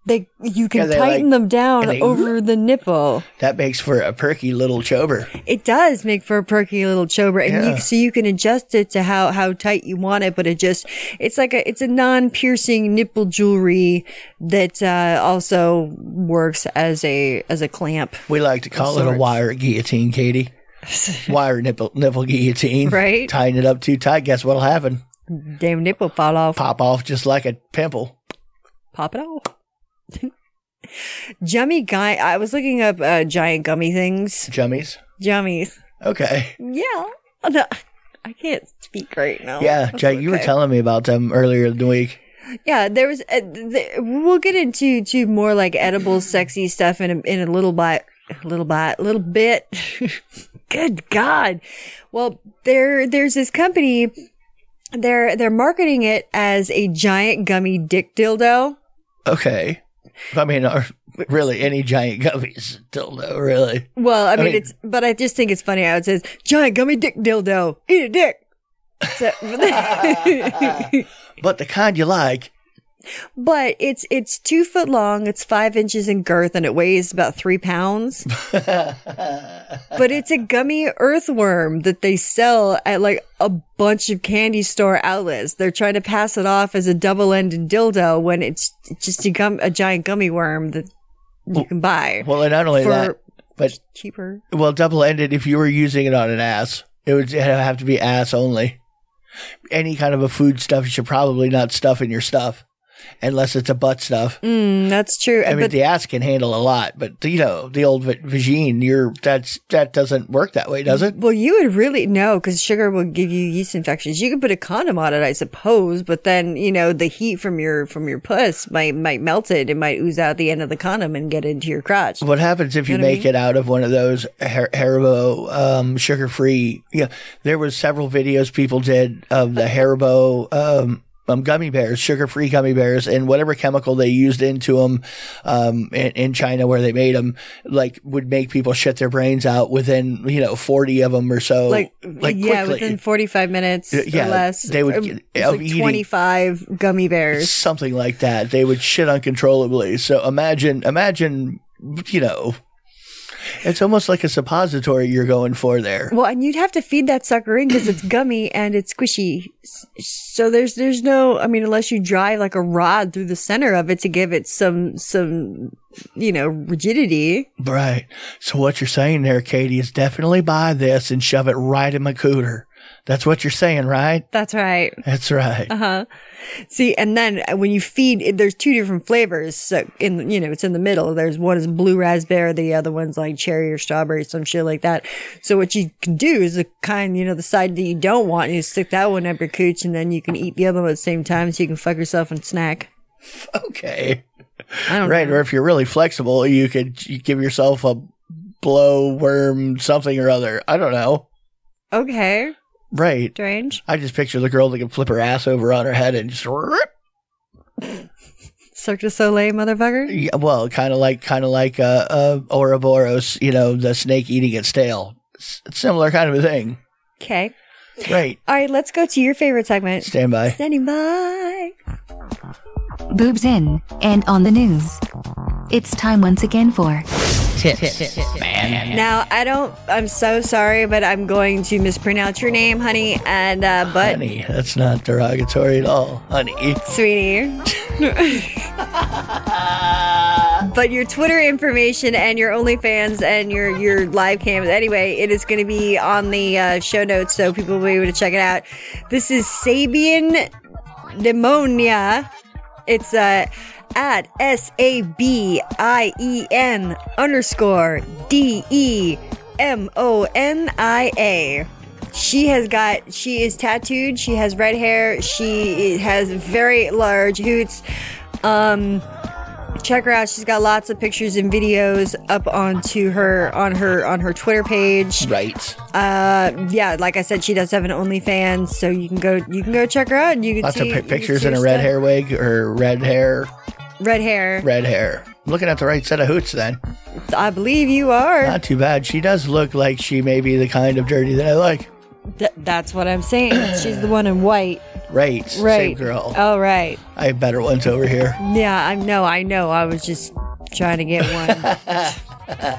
they you
Yeah,
can
they, like-
tighten them down
and they-
over the nipple.
That makes for a perky little chober.
It does make for a perky little chober, and
Yeah.
you, so you can adjust it to how how tight you want it. But it just it's like a it's a non piercing nipple jewelry that uh, also works as a as a clamp,
We like to call it a
sorts.
wire guillotine, Katie. wire nipple nipple guillotine.
Right.
Tying it up too tight. Guess what'll happen?
damn nipple fall off.
Pop off just like a pimple.
pop it off. Jummy guy. I was looking up uh, giant gummy things.
Jummies.
Jummies.
Okay.
Yeah. Oh, no, I can't speak right now.
yeah,
That's
Jack, you were
okay.
telling me about them earlier in the week.
Yeah, there was. A, th- we'll get into to more like edible, sexy stuff in a, in a little bit, little bit, little bit. Good God! Well, there there's this company. They're they're marketing it as a giant gummy dick dildo.
Okay. I mean, or really, any giant gummies dildo, really.
Well, I mean,
mean-
it's, but I just think it's funny how it says giant gummy dick dildo, eat a dick. So-
But the kind you like,
but it's it's two foot long, it's five inches in girth, and it weighs about three pounds. but it's a gummy earthworm that they sell at like a bunch of candy store outlets. They're trying to pass it off as a double ended dildo when it's just a gum a giant gummy worm that you can buy
well, and not only
for
that, but
cheaper.
well, double ended. If you were using it on an ass, it would have to be ass only. Any kind of a food stuff, you should probably not stuff in your stuff, unless it's a butt stuff.
Mm, that's true.
I mean,
but
the ass can handle a lot, but you know, the old va- vagine, you're that's that doesn't work that way, does it?
Well, you would really know because sugar will give you yeast infections. You could put a condom on it, I suppose, but then you know the heat from your from your puss might might melt it. It might ooze out the end of the condom and get into your crotch.
What happens if you,
know what I
make it out of one of those Har- Haribo um, sugar free? Yeah, there was several videos people did of the Haribo um, um, gummy bears, sugar free gummy bears, and whatever chemical they used into them um, in, in China where they made them, like would make people shit their brains out within you know forty of them or so,
Like,
like
yeah,
quickly.
within forty five minutes
Y- yeah,
or less,
they would-
Um, it's
of
like
eating-
twenty five gummy bears.
something like that. They would shit uncontrollably. So imagine, imagine, you know, it's almost like a suppository you're going for there.
Well, and you'd have to feed that sucker in because it's gummy and it's squishy. S- So there's there's no, I mean, unless you drive like a rod through the center of it to give it some some, you know, rigidity.
Right. So what you're saying there, Katie, is definitely buy this and shove it right in my cooter. That's what you're saying, right?
That's right.
That's right.
See, and then uh, when you feed, it- there's two different flavors. So in you know, it's in the middle. There's one is blue raspberry, the other one's like cherry or strawberry, some shit like that. So what you can do is the kind, you know, the side that you don't want, you stick that one up your cooch, and then you can eat the other one at the same time, so you can fuck yourself and snack.
Okay.
I don't
Right.
know.
Or if you're really flexible, you could you give yourself a blow worm something or other. I don't know.
Okay,
Right.
strange.
I just picture the girl that can flip her ass over on her head and just rip.
Cirque du Soleil, motherfucker.
Yeah, well, kind of like kind of like uh, uh, Ouroboros, you know, the snake eating its tail. S- similar kind of a thing.
Okay.
Right.
All right, let's go to your favorite segment.
Stand by.
Standing by.
Boobs in and on the news. It's time once again for
Now I don't. I'm so sorry, but I'm going to mispronounce your name, honey. And uh, but
Honey, that's not derogatory at all, honey.
sweetie. but your Twitter information and your OnlyFans and your your live cams. Anyway, it is going to be on the uh, show notes, so people will be able to check it out. This is Sabian Demonia. It's uh, at S A B I E N underscore D E M O N I A. She has got, she is tattooed, she has red hair, she has very large hoots. Um, check her out. She's got lots of pictures and videos up onto her on her on her Twitter page.
Right.
Uh, yeah, like I said, she does have an OnlyFans, so you can go you can go check her out. And you can
Lots
see,
of
you
pic
can
pictures
see
in
her
a red
stuff.
hair wig or red hair,
red hair.
red hair. Looking at the right set of hoots, then.
I believe you are.
Not too bad. She does look like she may be the kind of dirty that I like.
Th- that's what I'm saying. She's the one in white.
Right. Same
Right.
girl.
All right.
I have better ones over here.
Yeah, I know, I know. I was just trying to get one.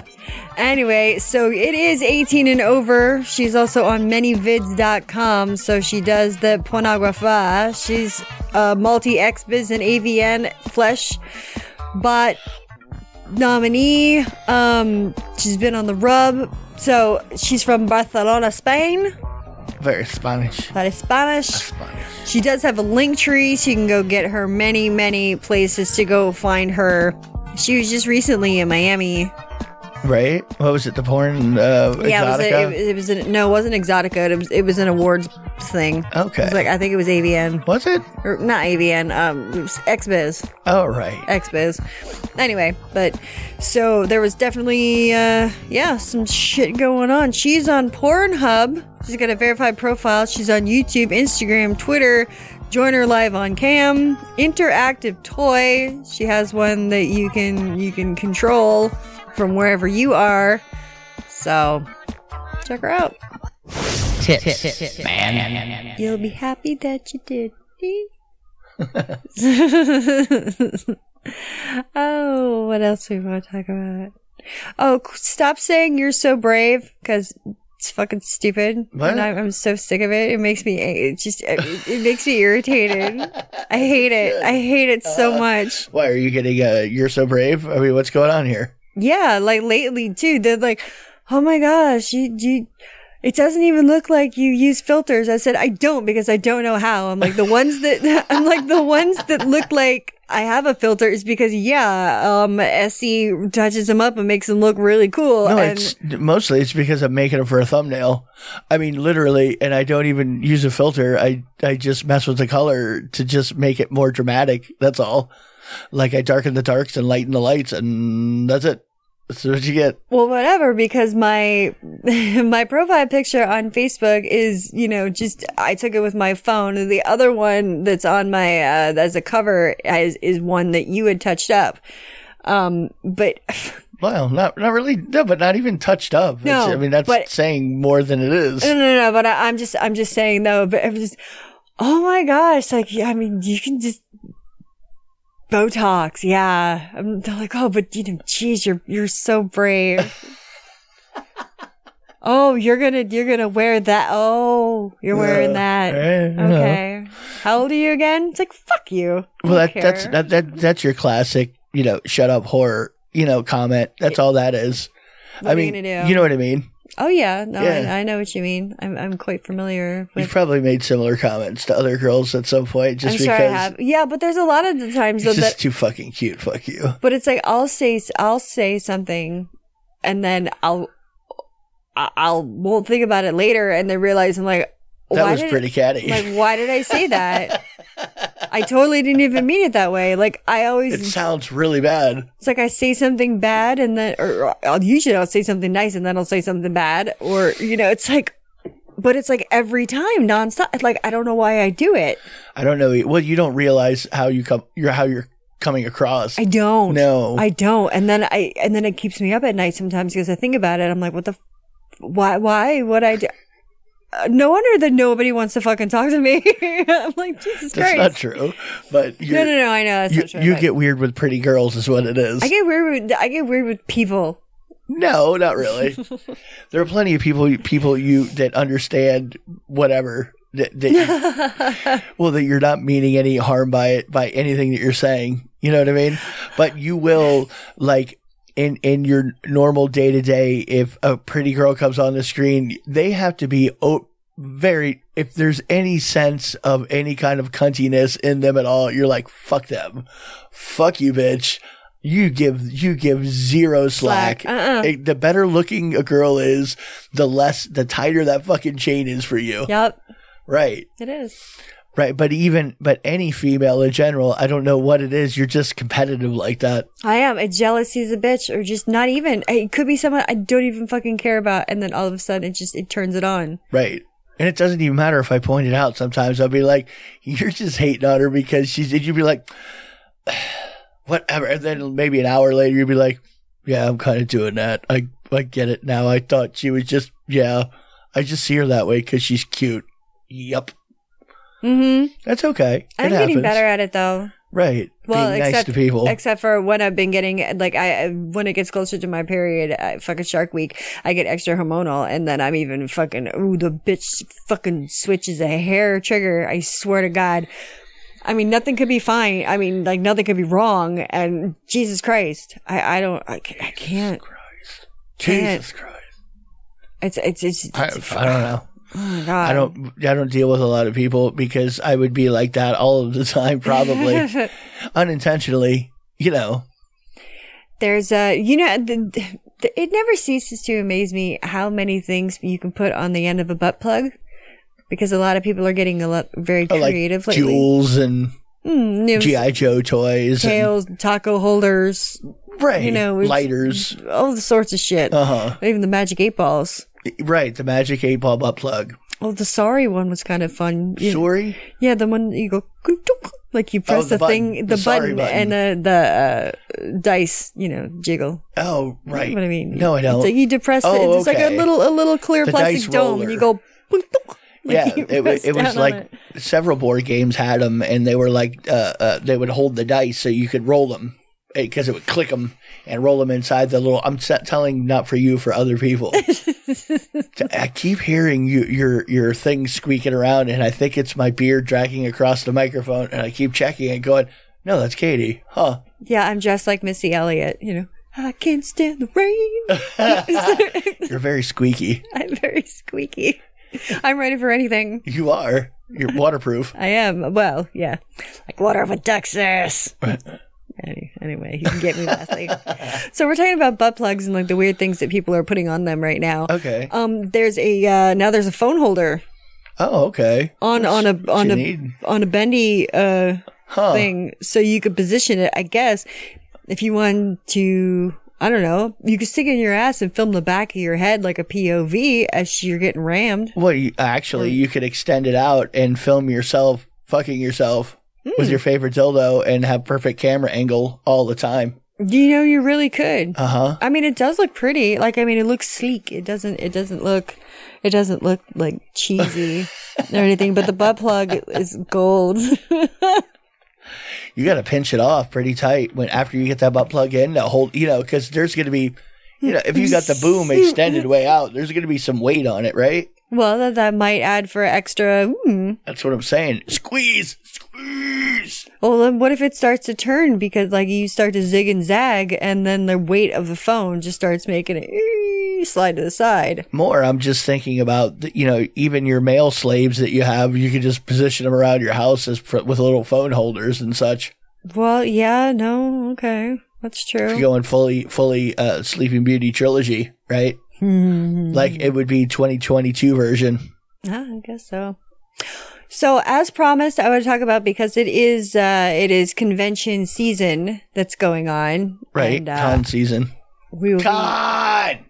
anyway, so it is 18 and over. She's also on manyvids.com, so she does the pornography. She's a multi ex-biz and AVN flesh bot nominee. Um, she's been on the rub. So she's from Barcelona, Spain.
Very Spanish.
Para Spanish.
Spanish.
She does have a link tree, so you can go get her many, many places to go find her. She was just recently in Miami.
Right? What was it? The porn? Uh,
Yeah, it was,
Exotica?
a, it, was an, no, it wasn't Exotica. It was, it was an awards thing. It
okay.
was like I think it was AVN
was it?
or not AVN. Um, it was XBiz,
Oh, right.
XBiz. Anyway, but so there was definitely uh, yeah some shit going on. She's on Pornhub. She's got a verified profile. She's on YouTube, Instagram, Twitter. Join her live on cam. Interactive toy. She has one that you can you can control from wherever you are. So check her out. man. You'll be happy that you did. oh, what else we want to talk about? Oh, c- stop saying you're so brave because it's fucking stupid.
What?
And I'm, I'm so sick of it. It makes me ang- it just it, it makes me irritated. I hate it. I hate it so much.
Why are you getting uh, You're So Brave? I mean, what's going on here?
Yeah, like lately too. They're like, "Oh my gosh, you you." It doesn't even look like you use filters. I said I don't because I don't know how. I'm like the ones that I'm like the ones that look like I have a filter is because yeah, um, SE touches them up and makes them look really cool.
No,
and
it's mostly it's because I'm making it for a thumbnail. I mean, literally, and I don't even use a filter. I I just mess with the color to just make it more dramatic. That's all. Like I darken the darks and lighten the lights, and that's it. That's what you get.
Well, whatever, because my my profile picture on Facebook is, you know, just I took it with my phone. The other one that's on my uh, as a cover is is one that you had touched up. Um, but
Well, not not really. No, but not even touched up. It's-
No,
I mean that's
but-
saying more than it is.
no, no, no. But I, I'm just I'm just saying though. But I'm just, oh my gosh, like yeah, I mean, you can just Botox, yeah. I'm they're like, oh, but you know, geez, you're you're so brave. oh, you're gonna you're gonna wear that. Oh, you're wearing that.
eh, no.
Okay. How old are you again? It's like fuck you. I
Well, that,
don't
that's
care.
that, that that's your classic, you know, shut up horror, you know, comment. That's all that is.
What
I
are you
mean,
gonna do?
you know what I mean?
Oh yeah, no,
Yeah.
I, I know what you mean. I'm I'm quite familiar
You've
with.
probably made similar comments to other girls at some point just
I'm sure
because
I have. Yeah, but there's a lot of the times though
it's
that
just too fucking cute. Fuck you.
but it's like I'll say I'll say something, and then I'll I- I'll won't think about it later, and then realize I'm like,
That
why
was
did
pretty catty.
like why did I say that? I totally didn't even mean it that way. Like I always,
it
it's,
sounds really bad.
like I say something bad, and then or, or I'll usually I'll say something nice, and then I'll say something bad, or you know, it's like. But it's like every time, nonstop. Like I don't know why I do it.
I don't know. Well, you don't realize how you come. You're how you're coming across.
I don't.
No.
I don't. And then I and then it keeps me up at night sometimes because I think about it. I'm like, what the, f- why, why would I do? Uh, no wonder that nobody wants to fucking talk to me. I'm like,
That's
Jesus Christ.
not true. But you're,
No, no, no. I know that's
you,
not true.
you
but
get weird with pretty girls, is what it is.
I get weird. With, I get weird with people.
no, not really. there are plenty of people people you that understand whatever. That, that you- well, that you're not meaning any harm by it by anything that you're saying. You know what I mean? But you will like in in your normal day to day. If a pretty girl comes on the screen, they have to be o- very. If there's any sense of any kind of cuntiness in them at all, you're like fuck them, fuck you, bitch. You give you give zero slack.
Slack. Uh-uh.
It- eh, the better looking a girl is, the less the tighter that fucking chain is for you.
Yep,
Right.
it is.
Right. But even but any female in general, I don't know what it is. You're just competitive like that.
I am. A jealousy is a bitch, or just not even. It could be someone I don't even fucking care about, and then all of a sudden it just it turns it on.
Right. And it doesn't even matter if I point it out sometimes. I'll be like, You're just hating on her because she's and you'd be like whatever. And then maybe an hour later you'd be like, Yeah, I'm kinda doing that. I I get it now. I thought she was just yeah. I just see her that way because she's cute. Yup.
Mm-hmm.
That's okay.
I'm
It
getting
happens.
better at it though.
Right. Being nice to people.
Except for when I've been getting like I when it gets closer to my period, I, fucking Shark Week, I get extra hormonal, and then I'm even fucking ooh the bitch fucking switches a hair trigger. I swear to God. I mean, nothing could be fine. I mean, like nothing could be wrong. And Jesus Christ, I, I don't, I, ca- I can't. can't.
Jesus Christ.
It's, it's, it's,
I, I don't know.
oh my God.
I don't I don't deal with a lot of people because I would be like that all of the time probably unintentionally, you know.
there's a you know the, the, it never ceases to amaze me how many things you can put on the end of a butt plug because a lot of people are getting a lot very
I like
creative lately.
jewels and
Mm, new
GI Joe toys
tails, taco holders,
and right,
you know, it's-
lighters.
all the sorts of shit.
Uh-huh.
Even the magic eight balls.
Right, the magic 8 ball butt plug.
Oh, the sorry one was kind of fun. You-
Sorry?
Yeah, the one you go "Kutuk," like you press
Oh, the
the,
button,
thing,
the
the,
sorry
button,
button.
and uh, the uh, dice, you know, jiggle.
Oh, right.
You know what I mean?
No, I don't.
It's like you depress it.
Oh,
It's like
okay.
a little, a little clear
The dice
plastic dome.
roller.
You go. boing, boing, like
yeah,
you
it, wa-
press
it was
down on
like
it.
several board games had them, and they were like uh, uh, they would hold the dice so you could roll them because it would click them and roll them inside the little. I'm set telling not for you, for other people. I keep hearing you, your your thing squeaking around, and I think it's my beard dragging across the microphone, and I keep checking and going, "No, that's Katie, huh?"
Yeah, I'm dressed like Missy Elliott. You know, I can't stand the rain.
You're very squeaky.
I'm very squeaky. I'm ready for anything.
You are. You're waterproof.
I am. Well, yeah, like water of a duck's ass. Any- Anyway, you can get me lastly. so we're talking about butt plugs and like the weird things that people are putting on them right now.
Okay.
Um, there's a uh, now there's a phone holder
Oh, okay.
on on a on
you
a
need.
on a bendy uh
Huh.
thing so you could position it i guess if you want to i don't know you could stick it in your ass and film the back of your head like a pov as you're getting rammed
Well, you, actually, you could extend it out and film yourself fucking yourself with your favorite dildo and have perfect camera angle all the time.
you know you really could
Uh huh.
i mean it does look pretty like i mean it looks sleek it doesn't it doesn't look it doesn't look like cheesy or anything but the butt plug is gold
You got to pinch it off pretty tight when after you get that butt plug in. Now hold, you know, because there's going to be, you know, if you got the boom extended way out, there's going to be some weight on it, right?
well that, that might add for extra mm,
That's what I'm saying. Squeeze, squeeze.
Well, then what if it starts to turn because like you start to zig and zag, and then the weight of the phone just starts making it you slide to the side.
More, I'm just thinking about th- you know even your male slaves that you have, you can just position them around your house as pr- with little phone holders and such.
Well, yeah, no, okay, that's
If
true.
you're going fully fully uh, Sleeping Beauty trilogy, right?
Hmm.
Like it would be 2022 version.
Ah, I guess so. So, as promised, I want to talk about because it is uh, it is convention season that's going on,
Right,
And, uh,
con season.
we will be-
Con.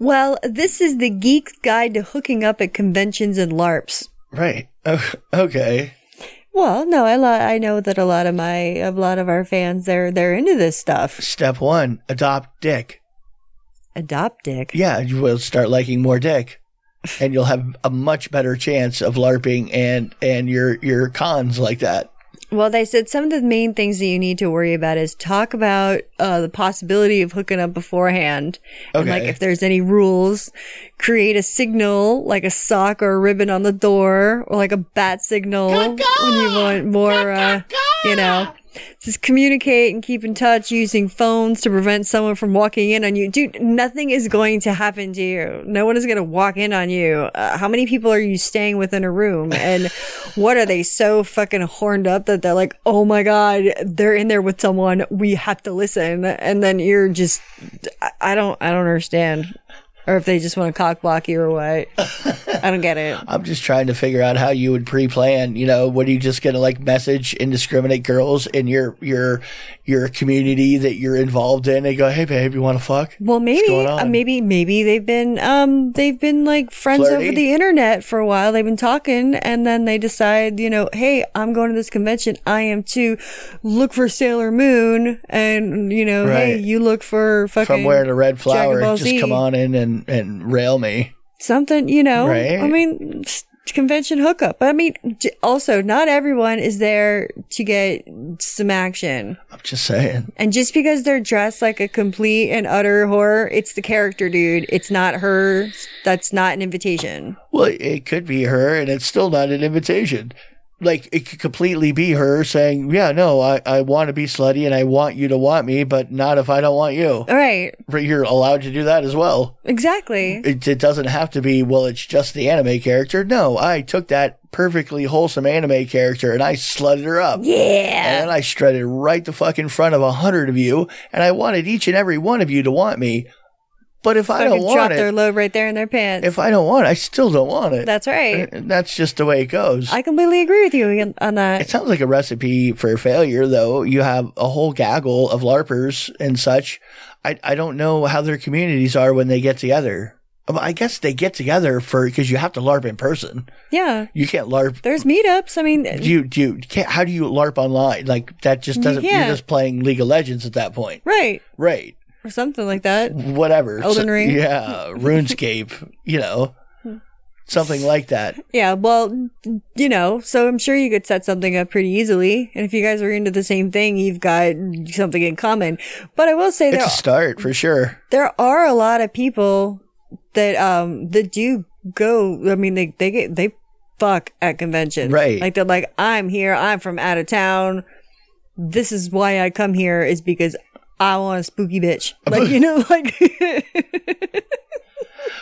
well, this is the geek's guide to hooking up at conventions and LARPs.
Right. Oh, okay.
Well, no, I lo- I know that a lot of my a lot of our fans they're they're into this stuff.
Step one: adopt dick.
Adopt dick.
Yeah, you will start liking more dick, and you'll have a much better chance of larping and and your your cons like that.
Well, they said some of the main things that you need to worry about is talk about uh, the possibility of hooking up beforehand. And like
Okay.
if there's any rules, create a signal like a sock or a ribbon on the door or like a bat signal when you want more, uh, you know. Just communicate and keep in touch using phones to prevent someone from walking in on you. Dude, nothing is going to happen to you. No one is going to walk in on you. Uh, how many people are you staying with in a room? And what are they so fucking horned up that they're like, oh my God, they're in there with someone. We have to listen. And then you're just, I- I don't, I don't understand. Or if they just want to cock block you or what. I don't get it.
I'm just trying to figure out how you would pre-plan. You know, what are you just gonna like message indiscriminate girls in your your your community that you're involved in and go, hey babe, you want to fuck?
Well, maybe,
going
uh,
on?
maybe, maybe they've been, um, they've been like friends
Flirty?
over the internet for a while. They've been talking and then they decide, you know, Hey, I'm going to this convention. I am too. Look for Sailor Moon. And, you know, Hey,
Right.
you look for fucking.
If I'm wearing a red flower,
Ball
just
Z.
come on in and and rail me.
something, you know.
Right.
I mean, s- convention hookup. But I mean, j- also, not everyone is there to get some action.
I'm just saying.
And just because they're dressed like a complete and utter horror, it's the character, dude. It's not her. That's not an invitation.
Well, it could be her, and it's still not an invitation. Like it could completely be her saying, "Yeah, no, I I want to be slutty and I want you to want me, but not if I don't want you."
All right.
But you're allowed to do that as well.
Exactly.
it, it doesn't have to be well it's just the anime character no i took that perfectly wholesome anime character and i slutted her up
Yeah.
and i strutted right the fuck in front of a hundred of you and i wanted each and every one of you to want me but if i
Fucking
don't
drop
want
their
it
load right there in their pants.
if uh, i don't want it i still don't want it
That's right.
And that's just the way it goes
I completely agree with you on- on that.
it sounds like a recipe for failure, though. You have a whole gaggle of LARPers and such. I, I don't know how their communities are when they get together. Um, I guess they get together for because you have to LARP in person.
yeah.
You can't LARP.
There's meetups. I mean,
Do you, do you can't, how do you LARP online? Like that just
You
doesn't, you're
can't.
just playing League of Legends at that point.
right.
Right.
Or something like that.
Whatever.
Elden Ring.
Yeah. RuneScape, you know, something like that.
Yeah, well, you know, so I'm sure you could set something up pretty easily. And if you guys are into the same thing, you've got something in common. But I will say
It's
there,
a start for sure.
there are a lot of people that, um, that do go, I mean, they, they get, they fuck at conventions.
Right.
Like they're like, I'm here. I'm from out of town. This is why I come here is because I want a spooky bitch. Like, you know, like.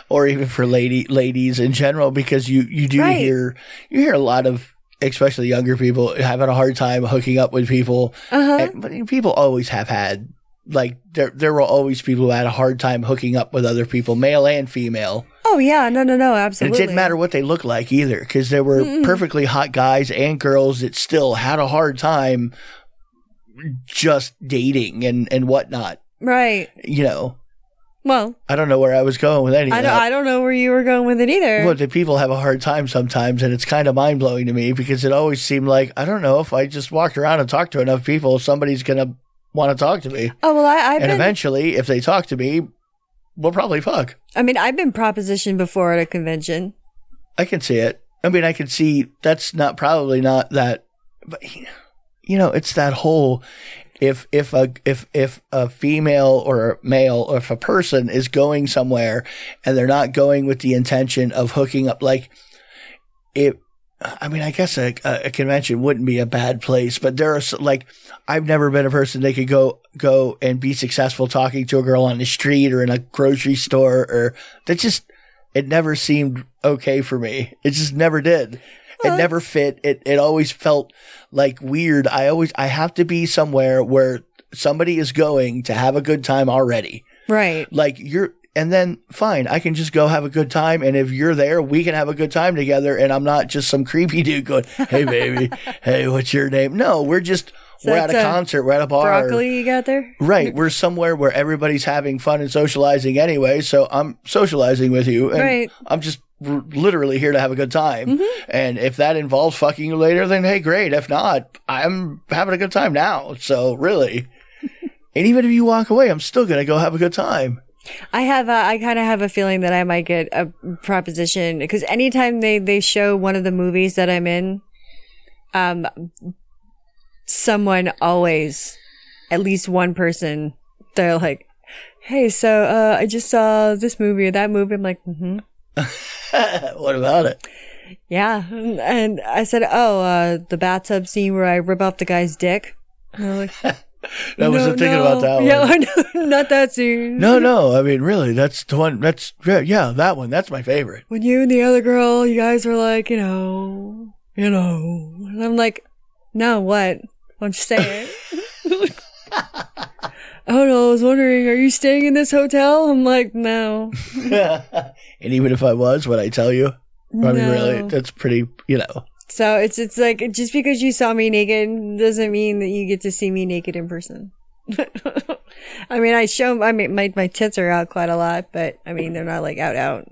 or even for lady ladies in general, because you you do
Right.
hear you hear a lot of especially younger people having a hard time hooking up with people.
Uh-huh.
And, but people always have had like there there were always people who had a hard time hooking up with other people, male and female.
oh yeah. No, no, no.
And
Absolutely.
it didn't matter what they looked like either, because there were perfectly hot guys and girls that still had a hard time just dating and and whatnot.
Right.
You know,
Well,
I don't know where I was going with any
I
of
don't,
that.
I don't know where you were going with it either.
Well, the people have a hard time sometimes, and it's kind of mind blowing to me because it always seemed like I don't know if I just walked around and talked to enough people, somebody's gonna want to talk to me,
oh well, I, I've
and
been.
eventually, if they talk to me, we'll probably fuck.
I mean, I've been propositioned before at a convention.
I can see it. I mean, I can see that's not probably not that, but you know, it's that whole if if a if if a female or a male or if a person is going somewhere and they're not going with the intention of hooking up, like it I mean, I guess a, a a convention wouldn't be a bad place, but there are s- like, I've never been a person that could go go and be successful talking to a girl on the street or in a grocery store or that just it never seemed okay for me. It just never did. It never fit. It it always felt like weird. I always I have to be somewhere where somebody is going to have a good time already
Right.
like you're and then fine i can just go have a good time and if you're there we can have a good time together and i'm not just some creepy dude going hey baby hey what's your name no we're just
So
we're at a
it's a
concert we're at a bar
Broccoli you got there?
right we're somewhere where everybody's having fun and socializing anyway so i'm socializing with you and
Right. Mm-hmm.
i'm just r- literally here to have a good time and if that involves fucking you later then hey great if not i'm having a good time now so really and even if you walk away i'm still gonna go have a good time
I have, a, I kind of have a feeling that I might get a proposition because anytime they, they show one of the movies that I'm in, um, someone always, at least one person, they're like, Hey, so, uh, I just saw this movie or that movie. I'm like, mm-hmm.
what about it?
Yeah. And I said, Oh, uh, the bathtub scene where I rip off the guy's dick. And they're like,
I wasn't thinking
no.
about that one.
Yeah, no, not that scene.
No, no. I mean, really, that's the one. That's yeah, yeah, that one. That's my favorite.
when you and the other girl, you guys were like, you know, you know. And I'm like, no, what? Why don't you say it? oh no, I was wondering, are you staying in this hotel? I'm like, no.
and even if I was, would I tell you? I mean,
No.
really, that's pretty. You know,
So it's it's like just because you saw me naked doesn't mean that you get to see me naked in person. I mean, I show. I mean, my my tits are out quite a lot, but I mean, they're not like out out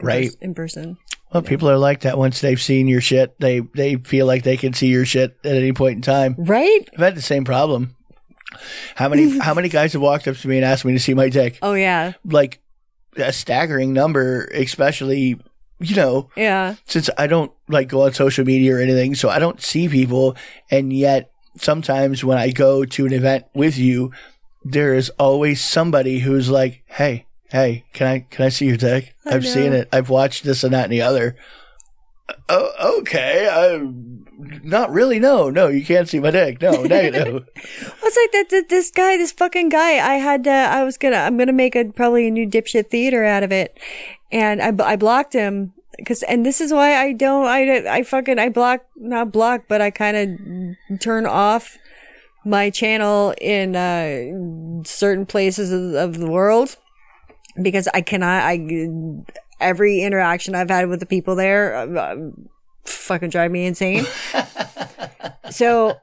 right?
in person.
Well, people are like that. Once they've seen your shit, they they feel like they can see your shit at any point in time.
Right?
I've had the same problem. How many how many guys have walked up to me and asked me to see my dick?
Oh yeah,
Like a staggering number, especially you know
yeah.
since I don't like go on social media or anything, so I don't see people. And yet, sometimes when I go to an event with you, there is always somebody who's like, "Hey, hey, can I can I see your dick?
I
I've seen
know.
it. I've watched this and that and the other." Oh, okay. I, not really. No, no, you can't see my dick. No, negative.
It's like that, that this guy, this fucking guy. I had, uh, I was gonna, I'm gonna make a probably a new dipshit theater out of it, and I, bl- I blocked him because, and this is why I don't, I, don't- I fucking, I block, not block, but I kind of turn off my channel in uh, certain places of, of the world because I cannot, I, every interaction I've had with the people there. Um, um, fucking drive me insane so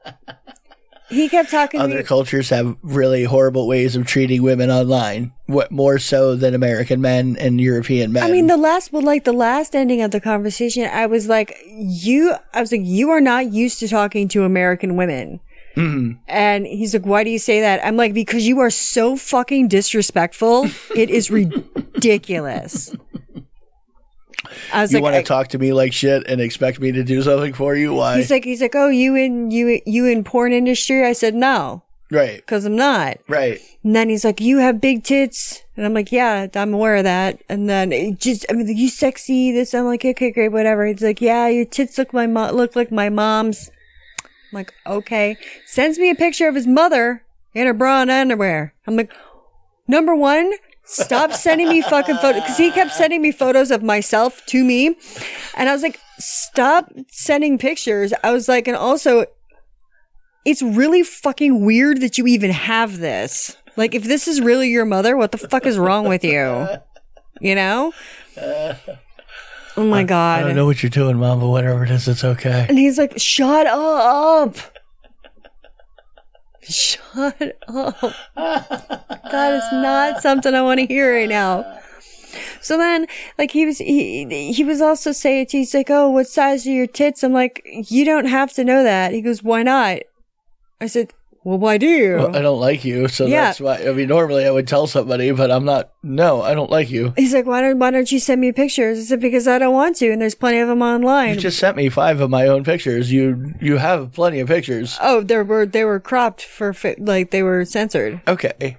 he kept talking to
Other
me
cultures have really horrible ways of treating women online, what more so than American men and European men.
I mean, the last, well, like the last ending of the conversation, I was like, you, I was like, you are not used to talking to American women.
Mm-hmm.
And he's like, why do you say that? I'm like, because you are so fucking disrespectful. It is ridiculous. I was
you
like,
want to
I-
talk to me like shit and expect me to do something for you? Why?
he's like, he's like, oh, you in, you, you in porn industry? I said, no,
right,
cause I'm not.
right.
And then he's like, "You have big tits," and I'm like, "Yeah, I'm aware of that." And then it just, I mean, you sexy. This, I'm like, "Okay, great, whatever." He's like, "Yeah, your tits look my mo- look like my mom's." I'm like, "Okay." Sends me a picture of his mother in her bra and underwear. I'm like, number one. Stop sending me fucking photos because he kept sending me photos of myself to me, and I was like, "Stop sending pictures." I was like, and also it's really fucking weird that you even have this. Like, if this is really your mother, what the fuck is wrong with you? You know? Oh my
I don't
god.
know what you're doing, mom, but whatever it is, it's okay.
And he's like, shut up. Shut up. That is not something I want to hear right now. So then, like, he was, he, he was also saying, to- he's like, oh, what size are your tits? I'm like, you don't have to know that. He goes, why not? I said, well, why do you?
Well, uh, I don't like you, so
Yeah.
that's why. I mean, normally I would tell somebody, but I'm not. No, I don't like you.
He's like, why don't why don't you send me pictures? I said because I don't want to, and there's plenty of them online.
You just sent me five of my own pictures. You you have plenty of pictures.
oh, there were they were cropped for fi- like they were censored.
Okay,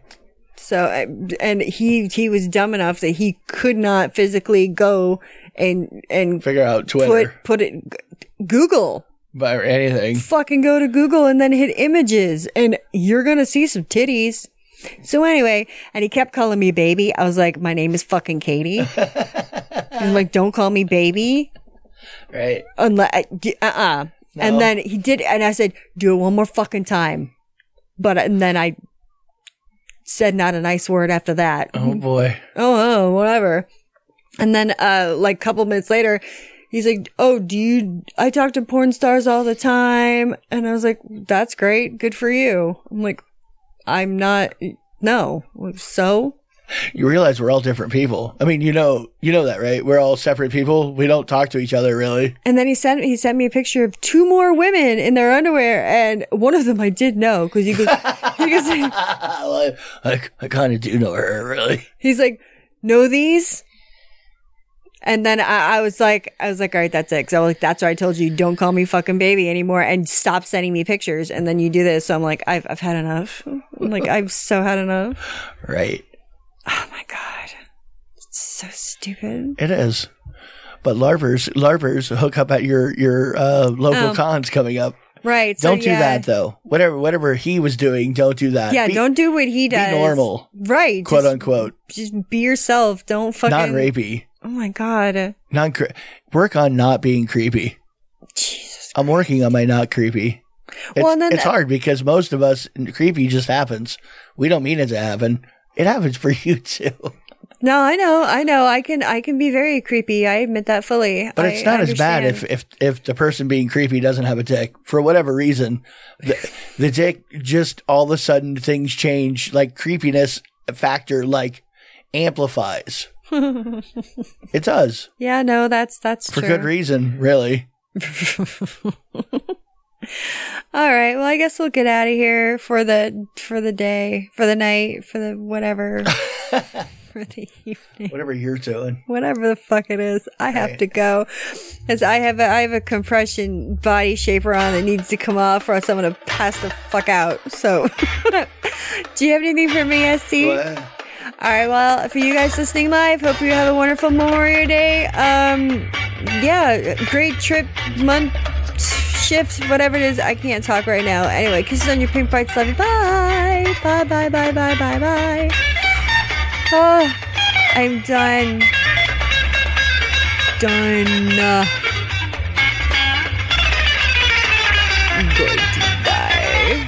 So I- and he he was dumb enough that he could not physically go and and
figure out Twitter.
put put it Google.
but or anything.
Fucking go to Google and then hit images and you're gonna see some titties. So anyway, and he kept calling me baby. I was like, my name is fucking Katie. He's like, don't call me baby
Right.
unless, uh, uh.
No.
And then he did, and I said, do it one more fucking time. But, and then I said not a nice word after that
Oh boy.
oh, oh whatever and then uh like couple minutes later he's like oh do you i talk to porn stars all the time and i was like that's great good for you i'm like i'm not no so
You realize we're all different people. I mean, you know, you know that, right? We're all separate people. We don't talk to each other really.
and then he sent he sent me a picture of two more women in their underwear and one of them i did know because he goes he goes
I, I, I kind of do know her really.
he's like know these and then I, I was like, I was like, all right, that's it. Cause I was like, that's why I told you don't call me fucking baby anymore and stop sending me pictures. And then you do this. So I'm like, I've, I've had enough. I'm like, I've so had enough.
Right.
Oh my God. It's so stupid.
It is. But larpers, larpers hook up at your your uh, local
Oh.
cons coming up.
Right. so
Don't do
yeah.
that though. Whatever whatever he was doing, don't do that.
Yeah.
Be-
don't do what he does.
normal.
Right.
quote
just,
unquote
Just be yourself. Don't fucking.
non rapey,
Oh my God.
non cre- work on not being creepy.
Jesus.
I'm working on my not creepy. It's,
Well, and then
it's
the-
hard because most of us creepy just happens. We don't mean it to happen. It happens for you too.
No, I know. I know. I can, I can be very creepy. I admit that fully.
But
I
it's not as bad
understand.
if, if if the person being creepy doesn't have a dick for whatever reason. The, the dick just all of a sudden things change. Like creepiness factor like amplifies. it does
Yeah, no, that's that's
for
true.
good reason, really.
All right, well, I guess we'll get out of here for the for the day, for the night, for the whatever, for the evening,
Whatever you're doing,
whatever the fuck it is. I have to go, as I have a, I have a compression body shaper on that needs to come off, or else I'm gonna pass the fuck out. So, do you have anything for me, SC? All right. Well, for you guys listening live, hope you have a wonderful Memorial Day. Um, yeah, great trip, month, shift, whatever it is. I can't talk right now. Anyway, kisses on your pink bites. Love you. Bye. Bye. Bye. Bye. Bye. Bye. Bye. Oh, I'm done. Done. Goodbye.